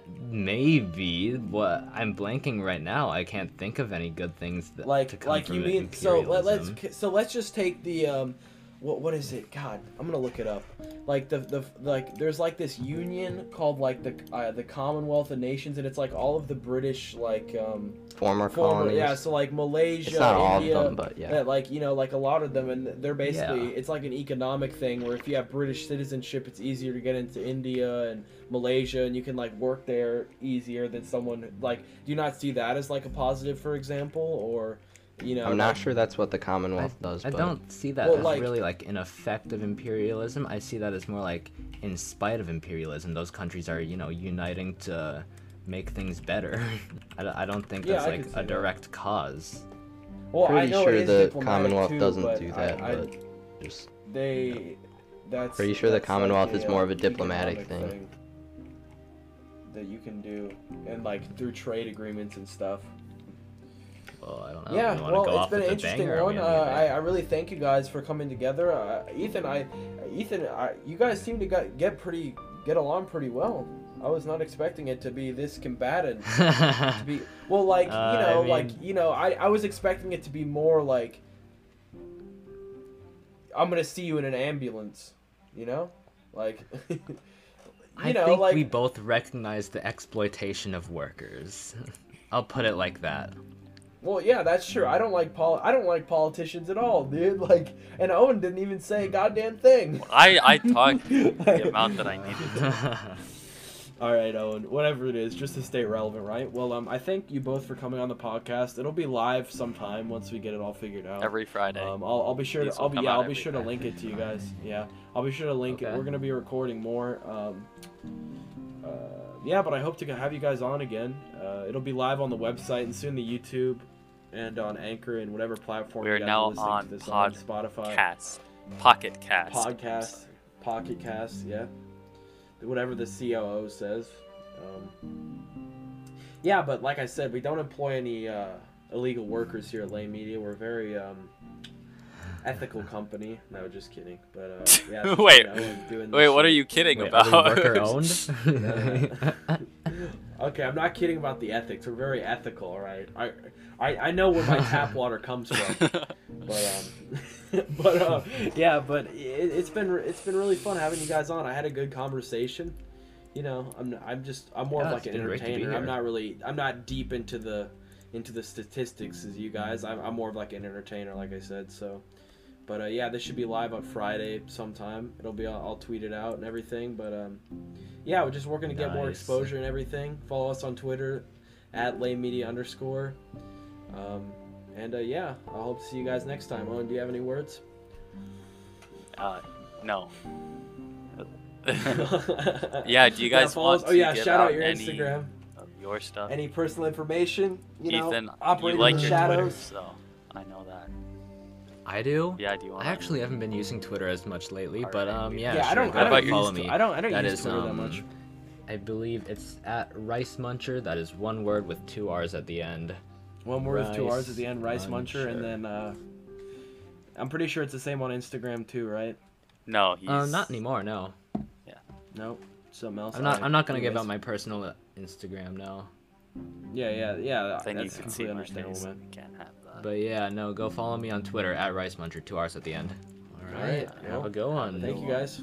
Speaker 3: maybe what i'm blanking right now i can't think of any good things that to
Speaker 1: Like,
Speaker 3: come
Speaker 1: like
Speaker 3: from
Speaker 1: you
Speaker 3: the
Speaker 1: mean? So let, let's
Speaker 3: imperialism.
Speaker 1: so let's just take the um, what what is it? God, I'm gonna look it up. Like the the like there's like this union called like the uh, the Commonwealth of Nations, and it's like all of the British like um.
Speaker 4: Former,
Speaker 1: former,
Speaker 4: colonies.
Speaker 1: yeah. So like Malaysia,
Speaker 4: it's not all of
Speaker 1: India,
Speaker 4: them, but yeah.
Speaker 1: that, like you know, like a lot of them, and they're basically
Speaker 3: Yeah.
Speaker 1: it's like an economic thing where if you have British citizenship, it's easier to get into India and Malaysia, and you can like work there easier than someone like. Do you not see that as like a positive, for example, or you know?
Speaker 4: I'm not sure that's what the Commonwealth does,
Speaker 3: I
Speaker 4: but
Speaker 3: don't see that
Speaker 1: Well,
Speaker 3: as
Speaker 1: like-
Speaker 3: really like an effect of imperialism. I see that as more like in spite of imperialism, those countries are you know uniting to make things better. I, don't- I don't think
Speaker 1: Yeah,
Speaker 3: that's
Speaker 1: I
Speaker 3: like
Speaker 1: could see
Speaker 3: a
Speaker 1: that.
Speaker 3: direct cause.
Speaker 1: Well, I
Speaker 4: pretty
Speaker 1: know it
Speaker 4: sure
Speaker 1: is
Speaker 4: the
Speaker 1: diplomatic
Speaker 4: Commonwealth
Speaker 1: too,
Speaker 4: doesn't
Speaker 1: but
Speaker 4: do that.
Speaker 1: I, I,
Speaker 4: but just
Speaker 1: they, that's
Speaker 4: Pretty sure the
Speaker 1: that's like
Speaker 4: Commonwealth
Speaker 1: a,
Speaker 4: is more of a
Speaker 1: uh,
Speaker 4: diplomatic
Speaker 1: economic
Speaker 4: thing.
Speaker 1: that you can do, and like through trade agreements and stuff.
Speaker 3: Well, I don't know.
Speaker 1: yeah,
Speaker 3: we wanna
Speaker 1: well,
Speaker 3: go
Speaker 1: it's
Speaker 3: off
Speaker 1: been
Speaker 3: with
Speaker 1: an
Speaker 3: the
Speaker 1: interesting
Speaker 3: banger, or we
Speaker 1: one. Uh,
Speaker 3: wanna
Speaker 1: I,
Speaker 3: leave it?
Speaker 1: I really thank you guys for coming together. Uh, Ethan, I, Ethan, I, you guys seem to got, get pretty get along pretty well. I was not expecting it to be this combative. to be well, like
Speaker 3: Uh,
Speaker 1: you know,
Speaker 3: I
Speaker 1: like you know, I, I was expecting it to be more like I'm gonna see you in an ambulance, you know, like you
Speaker 3: I
Speaker 1: know,
Speaker 3: think
Speaker 1: like
Speaker 3: we both recognize the exploitation of workers. I'll put it like that.
Speaker 1: Well, yeah, that's true. I don't like pol- I don't like politicians at all, dude. Like, and Owen didn't even say a goddamn thing.
Speaker 2: I, I talked the amount that I needed.
Speaker 1: All right, Owen, whatever it is, just to stay relevant, right? Well, um, I thank you both for coming on the podcast. It'll be live sometime once we get it all figured out.
Speaker 2: Every Friday.
Speaker 1: Um, I'll, I'll be sure to
Speaker 2: These will
Speaker 1: I'll be
Speaker 2: come
Speaker 1: yeah,
Speaker 2: out
Speaker 1: I'll be
Speaker 2: every
Speaker 1: sure to
Speaker 2: Friday.
Speaker 1: link it to you guys. Yeah, I'll be sure to link it.
Speaker 3: Okay.
Speaker 1: We're gonna be recording more. Um, uh, yeah, but I hope to have you guys on again. Uh, it'll be live on the website and soon the YouTube, and on Anchor and whatever platform.
Speaker 2: We
Speaker 1: you
Speaker 2: are
Speaker 1: guys
Speaker 2: now
Speaker 1: listening
Speaker 2: on
Speaker 1: to this
Speaker 2: Pod-
Speaker 1: on Spotify,
Speaker 2: Cast. Pocket Cast.
Speaker 1: podcast, Pocket Cast. Yeah, whatever the COO says. Um, yeah, but like I said, we don't employ any uh, illegal workers here at Lay Media. We're a very um, ethical company. No, just kidding. But uh, yeah, it's-
Speaker 2: Wait.
Speaker 1: yeah, we're doing this
Speaker 2: Wait, what are
Speaker 1: shit.
Speaker 2: you kidding
Speaker 3: Wait, are we
Speaker 2: about?
Speaker 3: worker
Speaker 1: Yeah.
Speaker 3: owned?
Speaker 1: Okay, I'm not kidding about the ethics. We're very ethical, all right. I I, I know where my tap water comes from. but um, but uh, yeah, but it, it's been it's been really fun having you guys on. I had a good conversation. You know, I'm I'm just I'm more
Speaker 3: Yeah,
Speaker 1: of like
Speaker 3: it's
Speaker 1: an
Speaker 3: been great to be
Speaker 1: entertainer. I'm
Speaker 3: here.
Speaker 1: not really I'm not deep into the into the statistics as you guys. I'm, I'm more of like an entertainer, like I said. So, but uh, yeah, this should be live on Friday sometime. It'll be I'll, I'll tweet it out and everything. But um, yeah, we're just working to get more
Speaker 3: Nice.
Speaker 1: exposure and everything. Follow us on Twitter at lay media underscore. Um, and uh, yeah, I hope to see you guys next time. Owen, do you have any words?
Speaker 2: uh, no.
Speaker 1: yeah,
Speaker 2: yeah, do you guys
Speaker 1: follow us-
Speaker 2: want
Speaker 1: Oh
Speaker 2: to
Speaker 1: yeah,
Speaker 2: give
Speaker 1: shout out,
Speaker 2: out
Speaker 1: your
Speaker 2: any-
Speaker 1: Instagram.
Speaker 2: your stuff.
Speaker 1: Any personal information? You know,
Speaker 2: Ethan, you
Speaker 1: operating
Speaker 2: like
Speaker 1: in the
Speaker 2: your Twitter,
Speaker 1: shadows.
Speaker 2: so I know that.
Speaker 3: I do.
Speaker 2: Yeah, do you want?
Speaker 3: I actually haven't been using Twitter as much lately, but
Speaker 2: Alright.
Speaker 3: um, yeah,
Speaker 1: Yeah,
Speaker 3: sure,
Speaker 1: I don't.
Speaker 3: go
Speaker 1: I
Speaker 3: ahead,
Speaker 1: don't
Speaker 3: follow
Speaker 1: use.
Speaker 3: me.
Speaker 1: Tw- I don't. I don't
Speaker 3: That
Speaker 1: use
Speaker 3: is,
Speaker 1: Twitter that
Speaker 3: um,
Speaker 1: much.
Speaker 3: I believe it's at Rice Muncher. That is one word with two R's at the end. Uh,
Speaker 1: One word with two
Speaker 3: Rice
Speaker 1: R's at the end. Rice muncher,
Speaker 3: Muncher.
Speaker 1: and then. uh I'm pretty sure it's the same on Instagram too, right?
Speaker 2: No, he's
Speaker 3: Uh, not anymore. No,
Speaker 1: Nope. Something else.
Speaker 3: I'm not.
Speaker 1: I-
Speaker 3: I'm not gonna give
Speaker 1: anyways.
Speaker 3: out my personal uh, Instagram. No,
Speaker 1: Yeah, yeah, yeah.
Speaker 2: Then you
Speaker 1: that's
Speaker 2: can
Speaker 1: completely
Speaker 2: see my
Speaker 1: understandable,
Speaker 2: face.
Speaker 1: man.
Speaker 2: You can't have that.
Speaker 3: but yeah, no. Go follow me on Twitter at Rice Muncher. Two R's at the end. All right.
Speaker 1: Alright,
Speaker 3: Have
Speaker 1: well,
Speaker 3: a good one.
Speaker 1: Thank you guys.